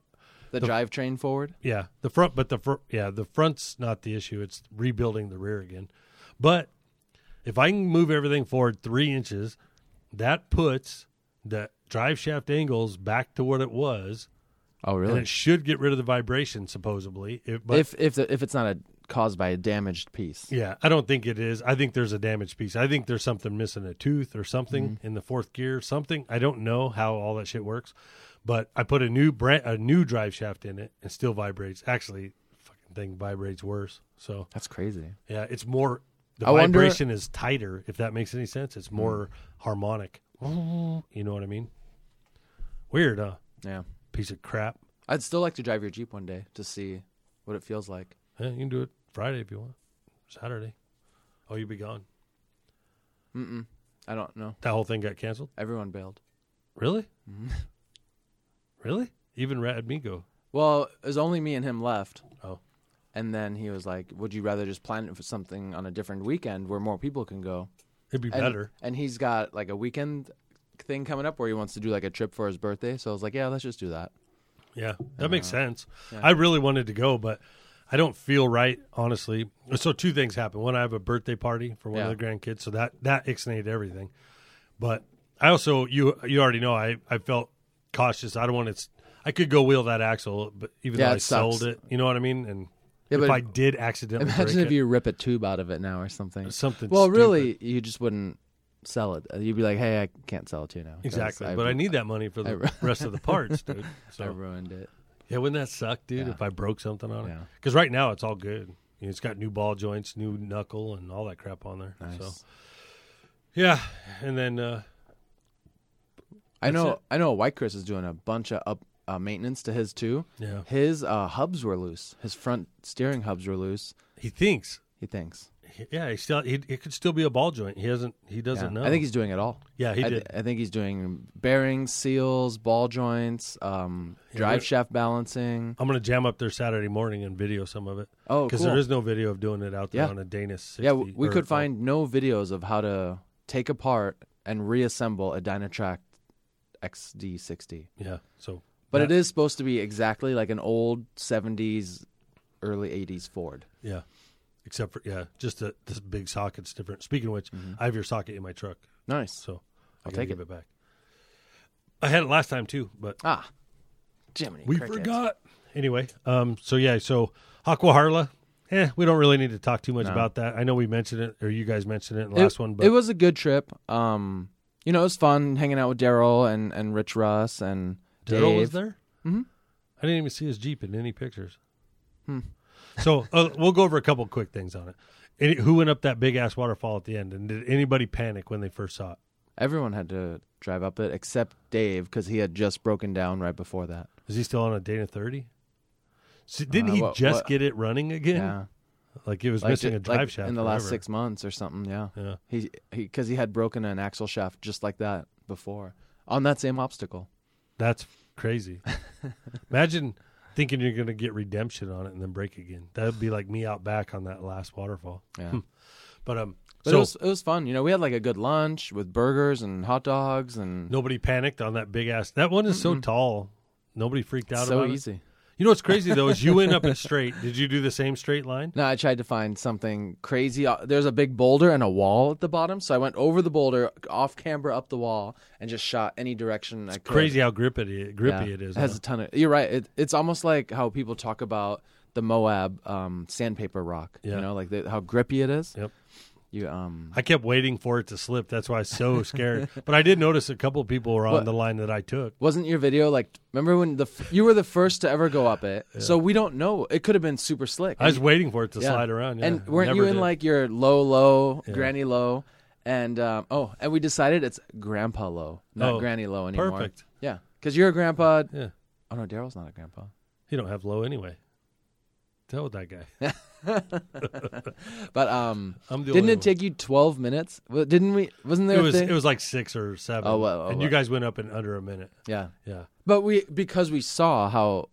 the,
The-
drivetrain forward?
Yeah, the front, but the front. Yeah, the front's not the issue. It's rebuilding the rear again. But if I can move everything forward three inches, that puts the drive shaft angles back to what it was,
Oh,
and
really?
it should get rid of the vibration supposedly. It, but
if if the, if it's not a, caused by a damaged piece.
yeah, I don't think it is. I think there's a damaged piece. I think there's something missing a tooth or something
Mm-hmm.
in the fourth gear. Something I don't know how all that shit works, but I put a new brand, a new drive shaft in it, and still vibrates. Actually, fucking thing vibrates worse. So
That's crazy.
yeah, it's more. The
I wonder-
vibration is tighter. If that makes any sense, it's more harmonic. You know what I mean? Weird, huh?
Yeah.
Piece of crap.
I'd still like to drive your Jeep one day to see what it feels like.
Yeah, you can do it Friday if you want. Saturday. Oh, you'll be gone.
Mm-mm. I don't know.
That whole thing got canceled.
Everyone bailed.
Really?
Mm-hmm.
Really? Even Rad Migo.
Well, it was only me and him left.
Oh.
And then he was like, "Would you rather just plan it for something on a different weekend where more people can go?"
It'd be
And,
better.
And he's got like a weekend thing coming up where he wants to do like a trip for his birthday. So I was like, "Yeah, let's just do that."
Yeah, that makes sense.
uh, yeah.
I really wanted to go, but I don't feel right, honestly. So two things happen. One, I have a birthday party for one
Yeah.
of the grandkids, so that that ixnated everything. But I also you you already know I I felt cautious. I don't want to. I could go wheel that axle, but even
Yeah,
though
it
I
sucks.
sold it, you know what I mean. And if
Yeah, but
I did accidentally
Imagine
break
if
it,
you rip a tube out of it now or something.
something.
well,
stupid.
really, you just wouldn't sell it. You'd be like, "Hey, I can't sell it to you now." 'cause
exactly. but I need that money for
I
the
ru-
rest of the parts, dude.
I
So
ruined it.
yeah, wouldn't that suck, dude?
Yeah.
If I broke something on it,
Yeah.
because right now it's all good. You know, it's got new ball joints, new knuckle, and all that crap on there.
Nice.
So yeah, and then uh,
I
That's
know.
it.
I know. White Chris is doing a bunch of up uh, maintenance to his too.
yeah,
His uh, hubs were loose. His front steering hubs were loose.
he thinks.
He thinks.
he- Yeah, he still he, it could still be a ball joint. He hasn't. He doesn't
Yeah.
know.
I think he's doing it all.
yeah, he
I,
did.
th- I think he's doing bearings, seals, ball joints, um,
Yeah,
drive
we're-
shaft balancing.
I'm gonna jam up there Saturday morning and video some of it
Oh,
because
cool.
there is no video of doing it out there
Yeah.
on a Danish. 60,
yeah, w- we
or-
could find no videos of how to take apart and reassemble a Dynatrack XD60.
Yeah, so
But
that-
it is supposed to be exactly like an old 70s, early 80s Ford.
Yeah. Except for yeah, just the this big socket's different. Speaking of which, I have your socket in my truck,
Nice.
so I
Mm-hmm. I'll
gotta
take
give
it.
it. back. I had it last time too, but
Ah, Jiminy.
we
crickets.
forgot. Anyway, um, so yeah, so Aqua Harla, eh, we don't really need to talk too much about that. I know we mentioned it, or you guys mentioned it in the last
it,
one, but
it was a good trip. Um, you know, it was fun hanging out with Daryl and, and Rich Russ and
Daryl
Dave.
was there.
Mhm.
I didn't even see his jeep in any pictures.
Hmm.
So uh, we'll go over a couple quick things on it. Any, who went up that big ass waterfall at the end, and did anybody panic when they first saw it?
Everyone had to drive up it except Dave because he had just broken down right before that.
Is he still on a Dana 30? See, didn't
Uh,
he
what-
just
what-
get it running again?
Yeah,
Like it was missing
ju-
a drive
like
shaft
in the
or
last
whatever.
six months or something. Yeah,
Yeah.
he because he, had broken an axle shaft just like that before on that same obstacle.
That's crazy. Imagine thinking you're going to get redemption on it and then break again. That would be like me out back on that last waterfall.
Yeah,
But um
but
Hmm. so
it was it was fun. You know, we had like a good lunch with burgers and hot dogs and
nobody panicked on that big ass. That one is so tall. Nobody freaked out
so
about it.
easy.
You know what's crazy though is you went up a straight. Did you do the same straight line?
No, I tried to find something crazy. Uh, There's a big boulder and a wall at the bottom, so I went over the boulder, off camber, up the wall, and just shot any direction I could.
Crazy how grippy it, grippy
Yeah.
it is.
It has
huh?
a ton of. You're right. It, it's almost like how people talk about the Moab um, sandpaper rock.
Yeah.
You know, like the, how grippy it is.
Yep.
You um.
I kept waiting for it to slip. That's why I was so scared. but I did notice a couple people were on
What-
the line that I took.
Wasn't your video like? Remember when the f- you were the first to ever go up it? So we don't know. It could have been super slick.
I was waiting for it to
Yeah.
slide around. Yeah.
And weren't
Never
you in
did.
like your low, low, granny low, and um, oh, and we decided it's grandpa low, not
Oh,
granny low anymore.
perfect.
Yeah, because you're a grandpa.
Yeah.
Oh no, Daryl's not a grandpa.
You don't have low anyway. Tell that guy.
But um,
I'm the
didn't
only
it take you 12 minutes? Wa- Didn't we? Wasn't there
One. It
a
was
thing?
it was like six or seven.
Oh, well, oh,
and you
well.
guys went up in under a minute.
yeah,
Yeah,
but we because we saw how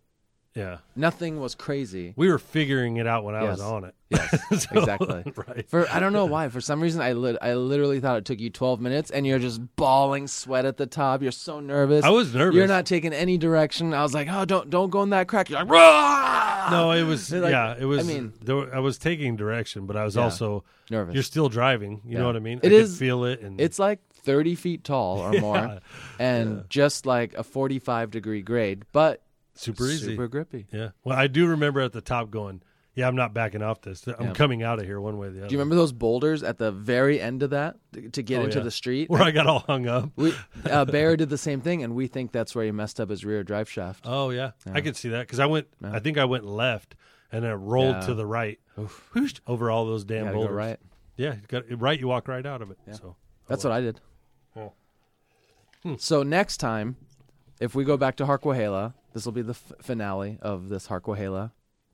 yeah.
nothing was crazy.
We were figuring it out when I was
Yes.
on it.
Yes,
So-
exactly.
right.
For I don't know why. For some reason, I lit, I literally thought it took you 12 minutes, and you're just bawling sweat at the top. You're so nervous.
I was nervous.
You're not taking any direction. I was like, oh, don't don't go in that crack. You're like, Rah!
No, it was
They're like-
yeah, it was. I
mean-
I was taking direction, but I was also
Nervous.
You're still driving. You
Yeah.
know what I mean?
It
I could
is-
feel it, and
It's like 30 feet tall or
Yeah.
more, and just like a 45 degree grade, but
super easy.
super grippy.
Yeah. Well, I do remember at the top going, "Yeah, I'm not backing off this. I'm
Yeah.
coming out of here one way or the other."
Do you remember those boulders at the very end of that t- to get
Oh,
into
yeah.
the street?
where I got all hung up?
We, uh, Bear did the same thing, and we think that's where he messed up his rear drive shaft.
Oh yeah, I could see that because I went. I think I went left and then rolled
Yeah.
to the right whoosh, over all those damn
Gotta go
boulders.
right.
Yeah, you got, right. You walk right out of it. So
That's what I did. Hmm.
Yeah.
So next time, if we go back to Harquahela, this will be the f- finale of this Harquahela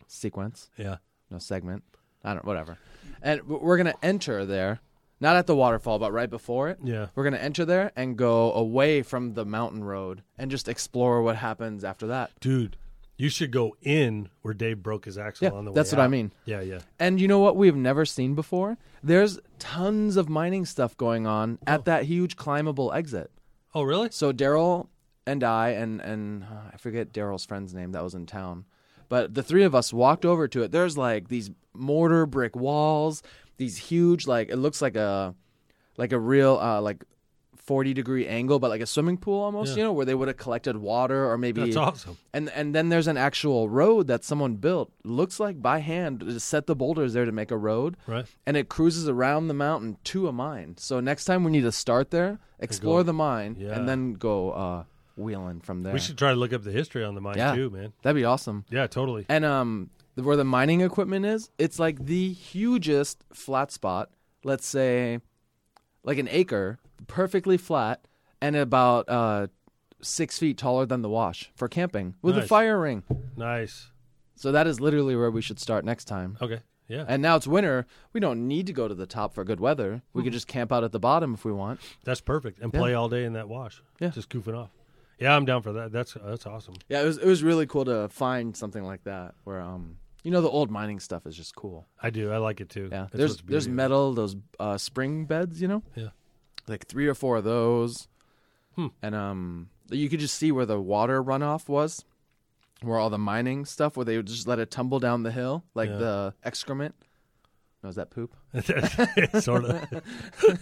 sequence,
yeah,
no segment. I don't, whatever. And w- we're gonna enter there, not at the waterfall, but right before it.
yeah.
We're gonna enter there and go away from the mountain road and just explore what happens after that.
Dude, you should go in where Dave broke his axle
Yeah,
on the way.
that's what I
out.
mean.
Yeah, yeah.
And you know what we've never seen before? There's tons of mining stuff going on at that huge climbable exit.
Oh really?
So Daryl and I and and uh, I forget Daryl's friend's name that was in town, but the three of us walked over to it. There's like these mortar brick walls, these huge like it looks like a like a real uh, like. 40 degree angle but like a swimming pool almost you know where they would have collected water or maybe
That's awesome.
and and then there's an actual road that someone built, looks like by hand, to set the boulders there to make a road.
Right.
And it cruises around the mountain to a mine. So next time we need to start there, explore the mine,
Yeah.
and then go uh, wheeling from there.
We should try to look up the history on the mine
Yeah.
too, man.
That'd be awesome.
Yeah, totally.
And um, the- where the mining equipment is, it's like the hugest flat spot. Let's say, like an acre, perfectly flat, and about uh, six feet taller than the wash for camping with a
Nice.
fire ring.
Nice.
So that is literally where we should start next time.
Okay. Yeah.
And now it's winter. We don't need to go to the top for good weather.
Hmm.
We could just camp out at the bottom if we want.
That's perfect. And play all day in that wash.
Yeah.
Just goofing off. Yeah, I'm down for that. That's that's awesome.
Yeah, it was it was really cool to find something like that where um you know the old mining stuff is just cool.
I do. I like it too.
Yeah.
That's
there's
what's
there's
beauty.
metal, those uh, spring beds, you know?
Yeah. Hmm.
Like three or four of those. And um you could just see where the water runoff was. Where all the mining stuff where they would just let it tumble down the hill, like
Yeah.
the excrement. No, is that poop?
sort of.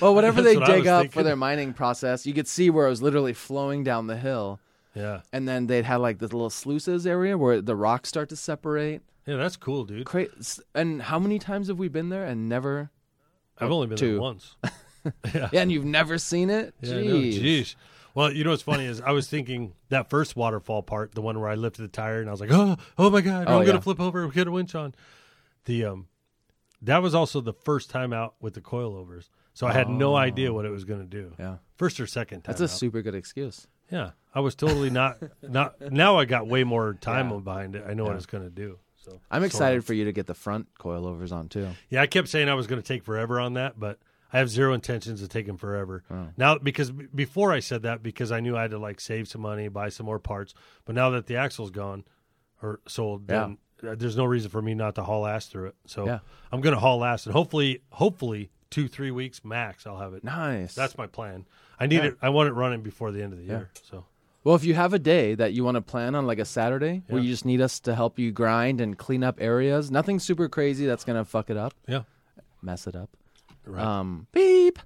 Well, whatever
That's
they
what I
dig
was
up for
thinking.
their mining process, you could see where it was literally flowing down the hill.
Yeah.
And then they'd have like this little sluices area where the rocks start to separate.
Yeah, that's cool, dude.
Cra- s- And how many times have we been there and never?
I've only been
two.
there once.
Yeah, and you've never seen it?
Yeah, I
Jeez.
know. Jeez. Well, you know what's funny is I was thinking that first waterfall part, the one where I lifted the tire and I was like, oh, oh my god,
Oh,
I'm gonna
yeah.
flip over, get a winch on. The um, that was also the first time out with the coilovers, so I had no idea what it was gonna do.
Yeah.
First or second time.
That's a
out.
super good excuse.
Yeah, I was totally not not. Now I got way more time behind it. I know what it's going to do. So
I'm
sort
excited
of.
for you to get the front coilovers on too.
Yeah, I kept saying I was going to take forever on that, but I have zero intentions of taking forever
Oh.
now because b- before I said that because I knew I had to like save some money, buy some more parts. But now that the axle's gone or sold,
Yeah.
then uh, there's no reason for me not to haul ass through it. So
Yeah.
I'm going to haul ass, and hopefully, hopefully two three weeks max, I'll have it.
Nice.
That's my plan. I need it. I want it running before the end of the year. So
well, if you have a day that you want to plan on, like a Saturday, where you just need us to help you grind and clean up areas, nothing super crazy that's going to fuck it up.
yeah,
mess it up.
Right.
Um, beep.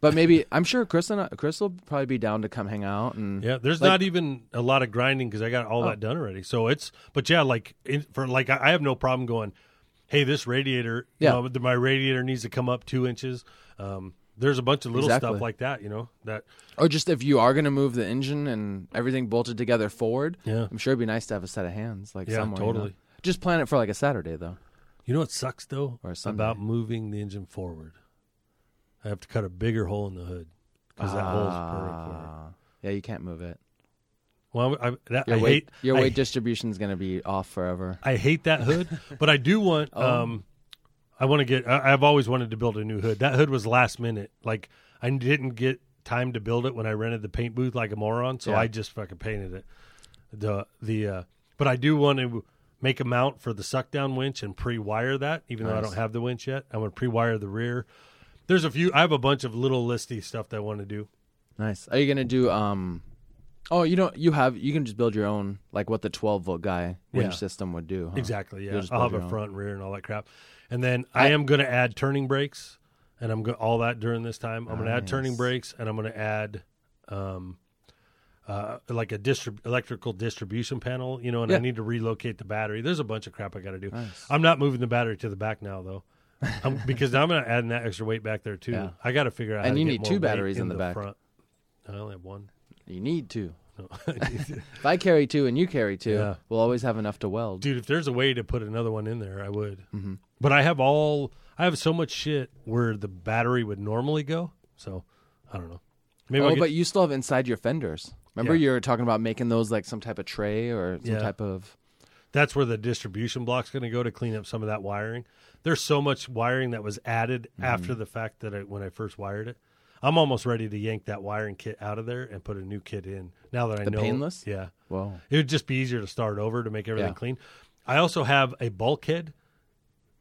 But maybe I'm sure Chris and I, Chris will probably be down to come hang out and
Yeah, there's not even a lot of grinding because I got
Oh.
all that done already. So it's, but yeah, like in, for like I I have no problem going. Hey, this radiator,
Yeah.
you know, th- my radiator needs to come up two inches. Um, there's a bunch of little
Exactly.
stuff like that, you know. That
or just if you are going to move the engine and everything bolted together forward.
Yeah.
I'm sure it'd be nice to have a set of hands like
Yeah,
somewhere. you know?
totally.
Just plan it for like a Saturday though.
you know what sucks though
Or a Sunday.
about moving the engine forward. I have to cut a bigger hole in the hood because that hole's perfect for it.
Ah. yeah, you can't move it.
Well, I, that,
Your
I
weight,
hate
your
I
weight distribution's gonna be off forever.
I hate that hood, but I do want.
Oh.
Um, I want to get. I, I've always wanted to build a new hood. That hood was last minute. Like I didn't get time to build it when I rented the paint booth like a moron, so
Yeah.
I just fucking painted it. The the uh, but I do want to make a mount for the suck down winch and pre-wire that. Even though I
Nice.
don't have the winch yet, I want to pre-wire the rear. There's a few. I have a bunch of little listy stuff that I want to do.
Nice. Are you gonna do um? Oh, you don't. You have. You can just build your own, like what the 12 volt guy winch
Yeah.
system would do. huh?
Exactly.
You'll
Yeah,
just
I'll
build
have a
your own.
front, and rear, and all that crap. And then I,
I-
am going to add turning brakes, and I'm go- all that during this time. I'm going to add turning
Nice.
brakes, and I'm going to add, um, uh, like a distrib- electrical distribution panel. You know, and I
Yeah.
need to relocate the battery. There's a bunch of crap I got to do.
Nice.
I'm not moving the battery to the back now though. I'm, because now I'm going to add that extra weight back there too.
Yeah.
I got to figure out.
And
how to
you
get
need
more
two
weight
batteries in the back.
Front. I only have one.
You need to.
No.
If I carry two and you carry two,
Yeah.
we'll always have enough to weld.
dude if there's a way to put another one in there i would
Mm-hmm.
but i have all i have so much shit where the battery would normally go so i don't know maybe
oh,
I'll get-
but you still have inside your fenders. Remember,
Yeah.
you were talking about making those like some type of tray or some
Yeah.
type of.
that's where the distribution block's going to go to clean up some of that wiring there's so much wiring that was added
Mm-hmm.
after the fact that I, when i first wired it i'm almost ready to yank that wiring kit out of there and put a new kit in now that i
The
know
painless?
yeah
Whoa.
It would just be easier to start over to make everything
Yeah.
clean. I also have a bulkhead,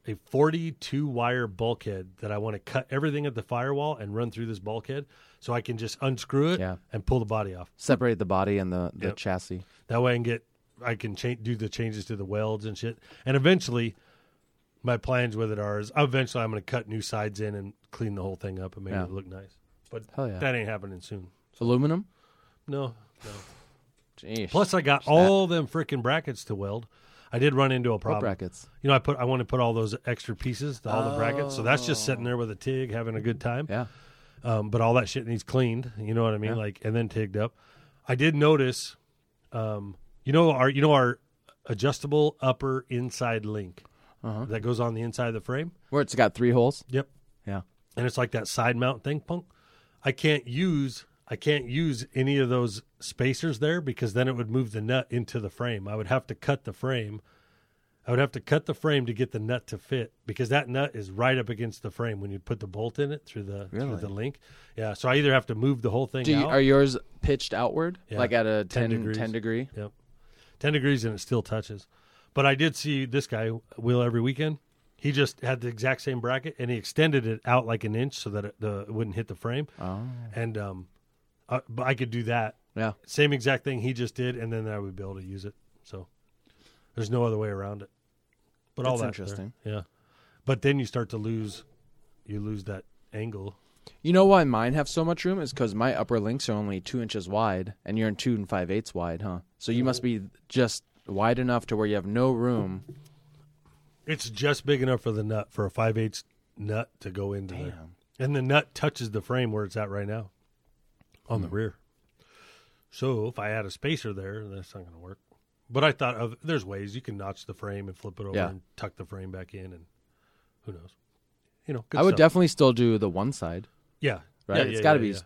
a 42 wire bulkhead that I want to cut everything at the firewall and run through this bulkhead so I can just unscrew it
Yeah.
and pull the body off.
Separate the body and the, the
Yep.
chassis.
That way I can get I can cha- do the changes to the welds and shit. And eventually my plans with it are is eventually I'm going to cut new sides in and clean the whole thing up and make
Yeah.
it look nice. But
Hell yeah.
that ain't happening soon.
Aluminum.
No, no.
Jeez.
Plus I got all them freaking brackets to weld. I did run into a
What
problem.
brackets.
You know, I put I want to put all those extra pieces, the, all the brackets. So that's just sitting there with a TIG, having a good time.
Oh. Yeah.
Um, but all that shit needs cleaned. You know what I mean?
Yeah.
Like and then tigged up. I did notice, um, you know our you know our adjustable upper inside link
Uh-huh.
that goes on the inside of the frame.
Where it's got three holes.
Yep.
Yeah.
And it's like that side mount thing, punk. I can't use I can't use any of those spacers there because then it would move the nut into the frame. I would have to cut the frame. I would have to cut the frame to get the nut to fit because that nut is right up against the frame when you put the bolt in it through the through
Really?
the link. Yeah, so I either have to move the whole thing
Do you,
out.
are yours pitched outward,
Yeah.
like at a
10
10, 10,
degrees.
degree?
Yep. 10 degrees and it still touches. But I did see this guy, Will, every weekend. He just had the exact same bracket and he extended it out like an inch so that it, the, it wouldn't hit the frame.
Oh.
And um, I, but I could do that.
Yeah.
Same exact thing he just did. And then I would be able to use it. So there's no other way around it. But all
That's
that's
interesting.
Yeah. But then you start to lose, you lose that angle.
You know why mine have so much room is because my upper links are only two inches wide, and you're in two and five eighths wide, huh? So you must be just wide enough to where you have no room.
It's just big enough for the nut for a five eighths nut to go into there, and the nut touches the frame where it's at right now, on
Hmm.
the rear. So if I add a spacer there, that's not going to work. But I thought of there's ways you can notch the frame and flip it over
Yeah.
and tuck the frame back in, and who knows, you know. Good
I would
stuff.
definitely still do the one side,
yeah,
right?
Yeah,
It's
yeah,
got to
yeah,
be.
yeah.
s-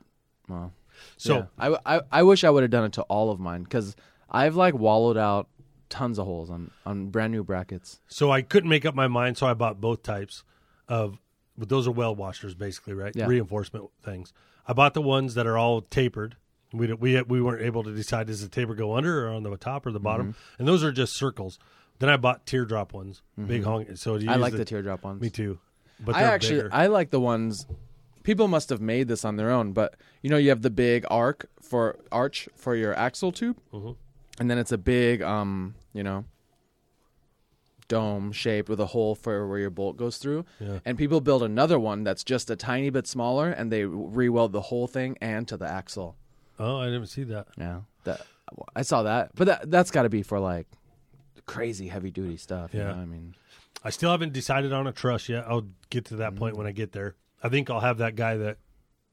Well,
So
yeah. I, w- I I wish I would have done it to all of mine because I've like wallowed out tons of holes on on brand new brackets.
So I couldn't make up my mind, so I bought both types of but those are well washers basically, right?
Yeah.
Reinforcement things. I bought the ones that are all tapered. We don't- we we weren't able to decide does the taper go under or on the top or the bottom,
Mm-hmm.
and those are just circles. Then I bought teardrop ones, big hung. So you
Mm-hmm. I
use
like the, teardrop ones.
Me too, but
I
they're
actually
bigger.
I like the ones people must have made this on their own, but you know you have the big arc for arch for your axle tube,
Mm-hmm.
and then it's a big um you know dome shaped with a hole for where your bolt goes through.
Yeah.
And people build another one that's just a tiny bit smaller, and they re-weld the whole thing and to the axle.
oh, I didn't see that.
Yeah, that I saw that, but that that's got to be for like crazy heavy duty stuff. You
Yeah.
know what I mean.
I still haven't decided on a truss yet. I'll get to that point when I get there. I think I'll have that guy that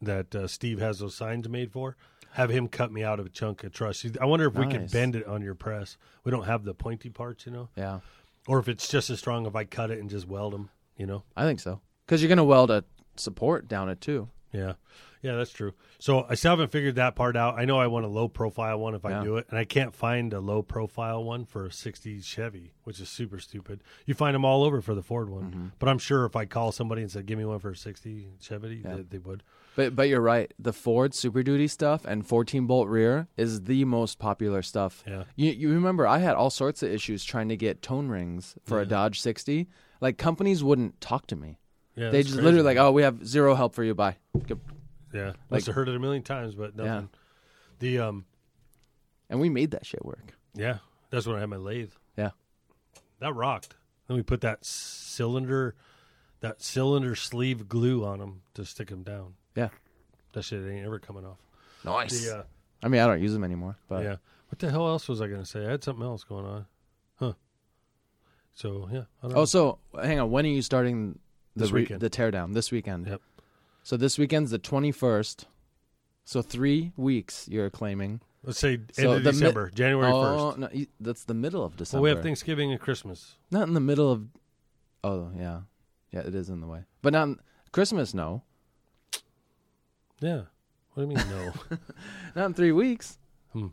that uh, Steve has those signs made for. Have him cut me out of a chunk of truss. I wonder if we can
Nice.
bend it on your press. We don't have the pointy parts, you know,
Yeah.
or if it's just as strong if I cut it and just weld them, you know.
I think so. Because you're going to weld a support down it too.
Yeah. Yeah, that's true. So I still haven't figured that part out. I know I want a low profile one if I
Yeah.
do it, and I can't find a low profile one for a 60 Chevy, which is super stupid. You find them all over for the Ford one,
Mm-hmm.
but I'm sure if I call somebody and said, "Give me one for a 60 Chevy," they, they would.
But but you're right. The Ford Super Duty stuff and 14 bolt rear is the most popular stuff.
Yeah.
You you remember I had all sorts of issues trying to get tone rings for a Dodge 60. Like companies wouldn't talk to me.
Yeah,
they
that's
just
crazy.
literally like, "Oh, we have zero help for you. Bye." Go-
yeah. Must have heard it a million times, but nothing.
Yeah.
The um,
And we made that shit work.
yeah, that's when I had my lathe.
Yeah.
That rocked. Then we put that cylinder, that cylinder sleeve glue on them to stick them down.
Yeah.
That shit ain't ever coming off.
Nice.
The uh,
I mean, I don't use them anymore, but
yeah. What the hell else was I going to say? I had something else going on. Huh. So, yeah. I don't
Oh,
know.
so hang on. When are you starting the
This
re-
weekend.
the teardown this weekend?
Yep.
So this weekend's the 21st. So 3 weeks you're claiming.
Let's say end
so
of
the mi-
December, January 1st.
Oh, no, you- that's the middle of December.
Well, we have Thanksgiving and Christmas.
Not in the middle of. Oh yeah, yeah, it is in the way. But not in- Christmas. No,
Yeah. What do you mean, no?
not in three weeks.
Hmm.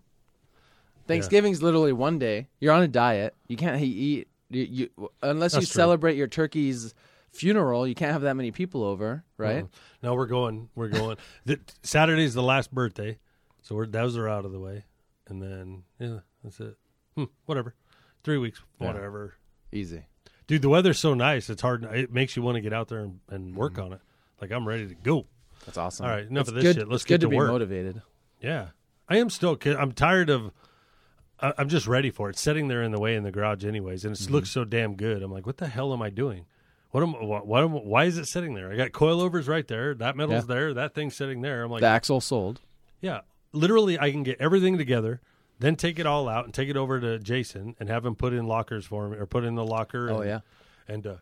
Thanksgiving's literally one day. You're on a diet. You can't he- eat you, you unless you
That's true.
celebrate your turkey's funeral. You can't have that many people over, right?
Mm. No, we're going. We're going. the, Saturday's the last birthday, so we're, those are out of the way. And then, yeah, that's it. Hmm, whatever. Three weeks,
Yeah.
whatever.
Easy.
Dude, the weather's so nice. It's hard. It makes you want to get out there and, and work
Mm-hmm.
on it. Like, I'm ready to go.
That's awesome.
All right, enough
It's
of this
good-
shit. Let's
it's good
get to
be
work.
motivated.
Yeah, I am still. ki- I'm tired of. I- I'm just ready for it. It's sitting there in the way in the garage, anyways, and it
Mm-hmm.
looks so damn good. I'm like, what the hell am I doing? What am? Why? why am- why is it sitting there? I got coilovers right there. That metal's there. That thing's sitting there. I'm like,
The axle sold.
yeah, literally, I can get everything together. Then take it all out and take it over to Jason and have him put in lockers for me or put in the locker.
Oh
and,
yeah.
and uh,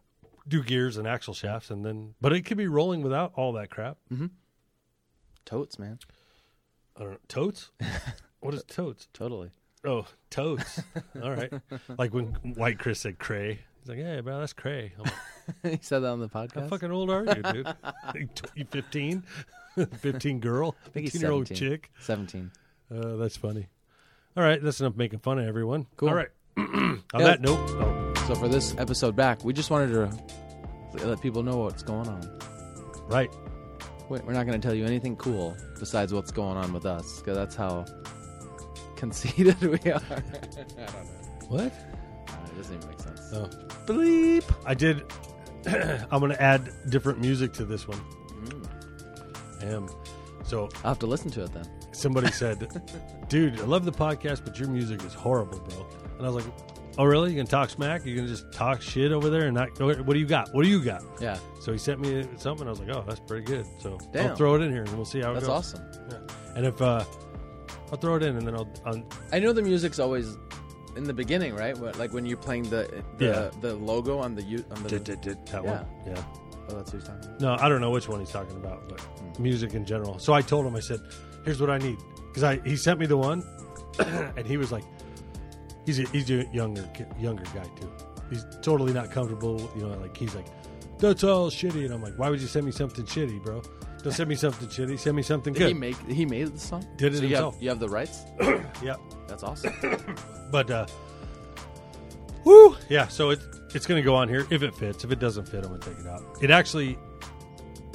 do gears and axle shafts and then. But it could be rolling without all that crap.
Mm-hmm. Totes, man.
I don't know. Totes. what is totes?
Totally.
Oh, totes. All right. Like when White Chris said cray. He's like, hey, bro, that's cray. I'm like,
he said that on the
How
podcast.
fucking old are you, dude? Like, tw- you 15? 15 girl?
I think he's
15 year old
17.
chick?
Seventeen.
Uh, that's funny. All right. That's enough making fun of everyone.
Cool.
All right. On
Yeah.
that note, oh,
So for this episode back, we just wanted to let people know what's going on.
right.
Wait, we're not going to tell you anything cool besides what's going on with us, because that's how conceited we are.
What?
it doesn't even make sense.
Oh.
Bleep.
I did. I'm going to add different music to this one.
Mm.
I am. So
I'll have to listen to it then.
somebody said, "Dude, I love the podcast, but your music is horrible, bro." And I was like, "Oh, really? You can talk smack? You can just talk shit over there and not? What do you got? What do you got?"
Yeah,
So he sent me something. I was like, "Oh, that's pretty good." So I'll
Damn.
throw it in here and we'll see how it
that's
goes.
awesome.
And if uh, I'll throw it in and then I'll, I'll
I know the music's always in the beginning, right? Wh- Like when you're playing the the,
Yeah.
the logo on the U. On the,
that
Yeah.
one. Yeah.
Oh, that's what he's talking about.
No, I don't know which one he's talking about, but
Hmm.
music in general. So I told him, I said, "Here's what I need," because I he sent me the one, and he was like, "He's a, he's a younger ki- younger guy too. He's totally not comfortable. You know, like he's like, that's all shitty." And I'm like, "Why would you send me something shitty, bro? Don't send me something shitty. Send me something
Did he
good."
make he made the song?
Did it
so you have,
himself.
you have the rights.
yeah,
That's awesome.
but uh, woo, yeah. So it's it's gonna go on here if it fits. If it doesn't fit, I'm gonna take it out. It actually.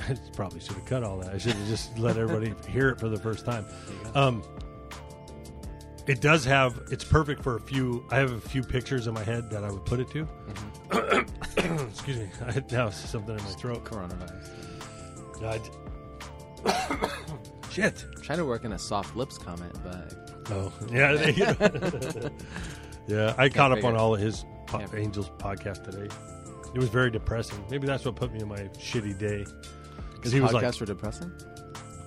I probably should have cut all that. I should have just let everybody hear it for the first time. Um, it does have. It's perfect for a few. I have a few pictures in my head that I would put it to. Excuse me. I had now something in my throat.
Coronavirus.
No, I d- Shit.
Trying to work in a soft lips comment, but
Oh yeah. they- yeah. I caught up
figure
on
it.
all of his po-
Can't figure it.
Angels podcast today. It was very depressing. Maybe that's what put me in my shitty day. Because he
podcasts
was like,
were depressing.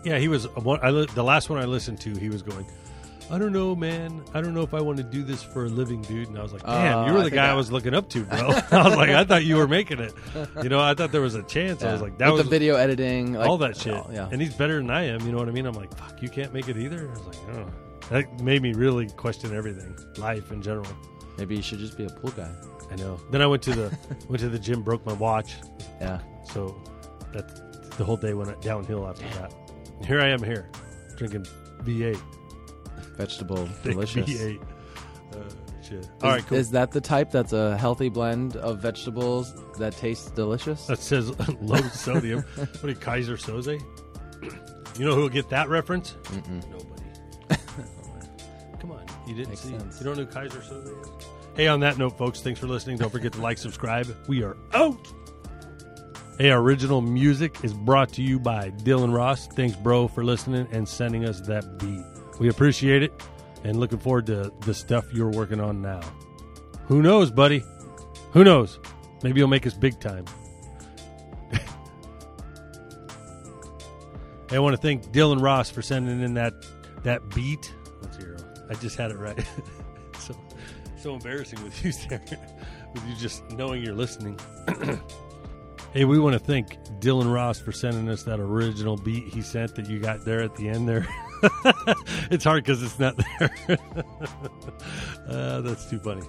Yeah, he was uh, one. I li- the last one I listened to, he was going, "I don't know, man. I don't know if I want to do this for a living, dude." And I was like, "Damn,
Oh,
you were
I
the
think
guy I,
I-
was looking up to, bro." I was like, "I thought you were making it. You know, I thought there was a chance." I was
Yeah.
like, "That
With
was
the video editing, like,
all that shit."
all- yeah,
and he's better than I am. You know what I mean? I'm like, "Fuck, you can't make it either." I was like, "Oh." That made me really question everything, life in general.
maybe you should just be a pool guy.
I know. Then I went to the went to the gym, broke my watch,
Yeah,
so that The whole day went downhill after that. And here I am here, drinking V8.
Vegetable,
Thick
delicious.
V8. Uh, shit. All right, cool.
Is that the type that's a healthy blend of vegetables that tastes delicious?
That says low sodium. What are you, Kaiser Soze? You know who'll get that reference? Nobody. Come on, you didn't
Makes
see.
sense.
You don't know who Kaiser Soze is? Hey, on that note, folks, thanks for listening. Don't forget to like, subscribe. We are out. Hey, our original music is brought to you by Dylan Ross. Thanks, bro, for listening and sending us that beat. We appreciate it and looking forward to the stuff you're working on now. Who knows, buddy? Who knows? Maybe you'll make us big time. Hey, I want to thank Dylan Ross for sending in that that beat. That's zero. I just had it right. so so embarrassing with you, Sarah, with you just knowing you're listening. hey, we want to thank Dylan Ross for sending us that original beat he sent that you got there at the end there. it's hard because it's not there. uh, that's too funny.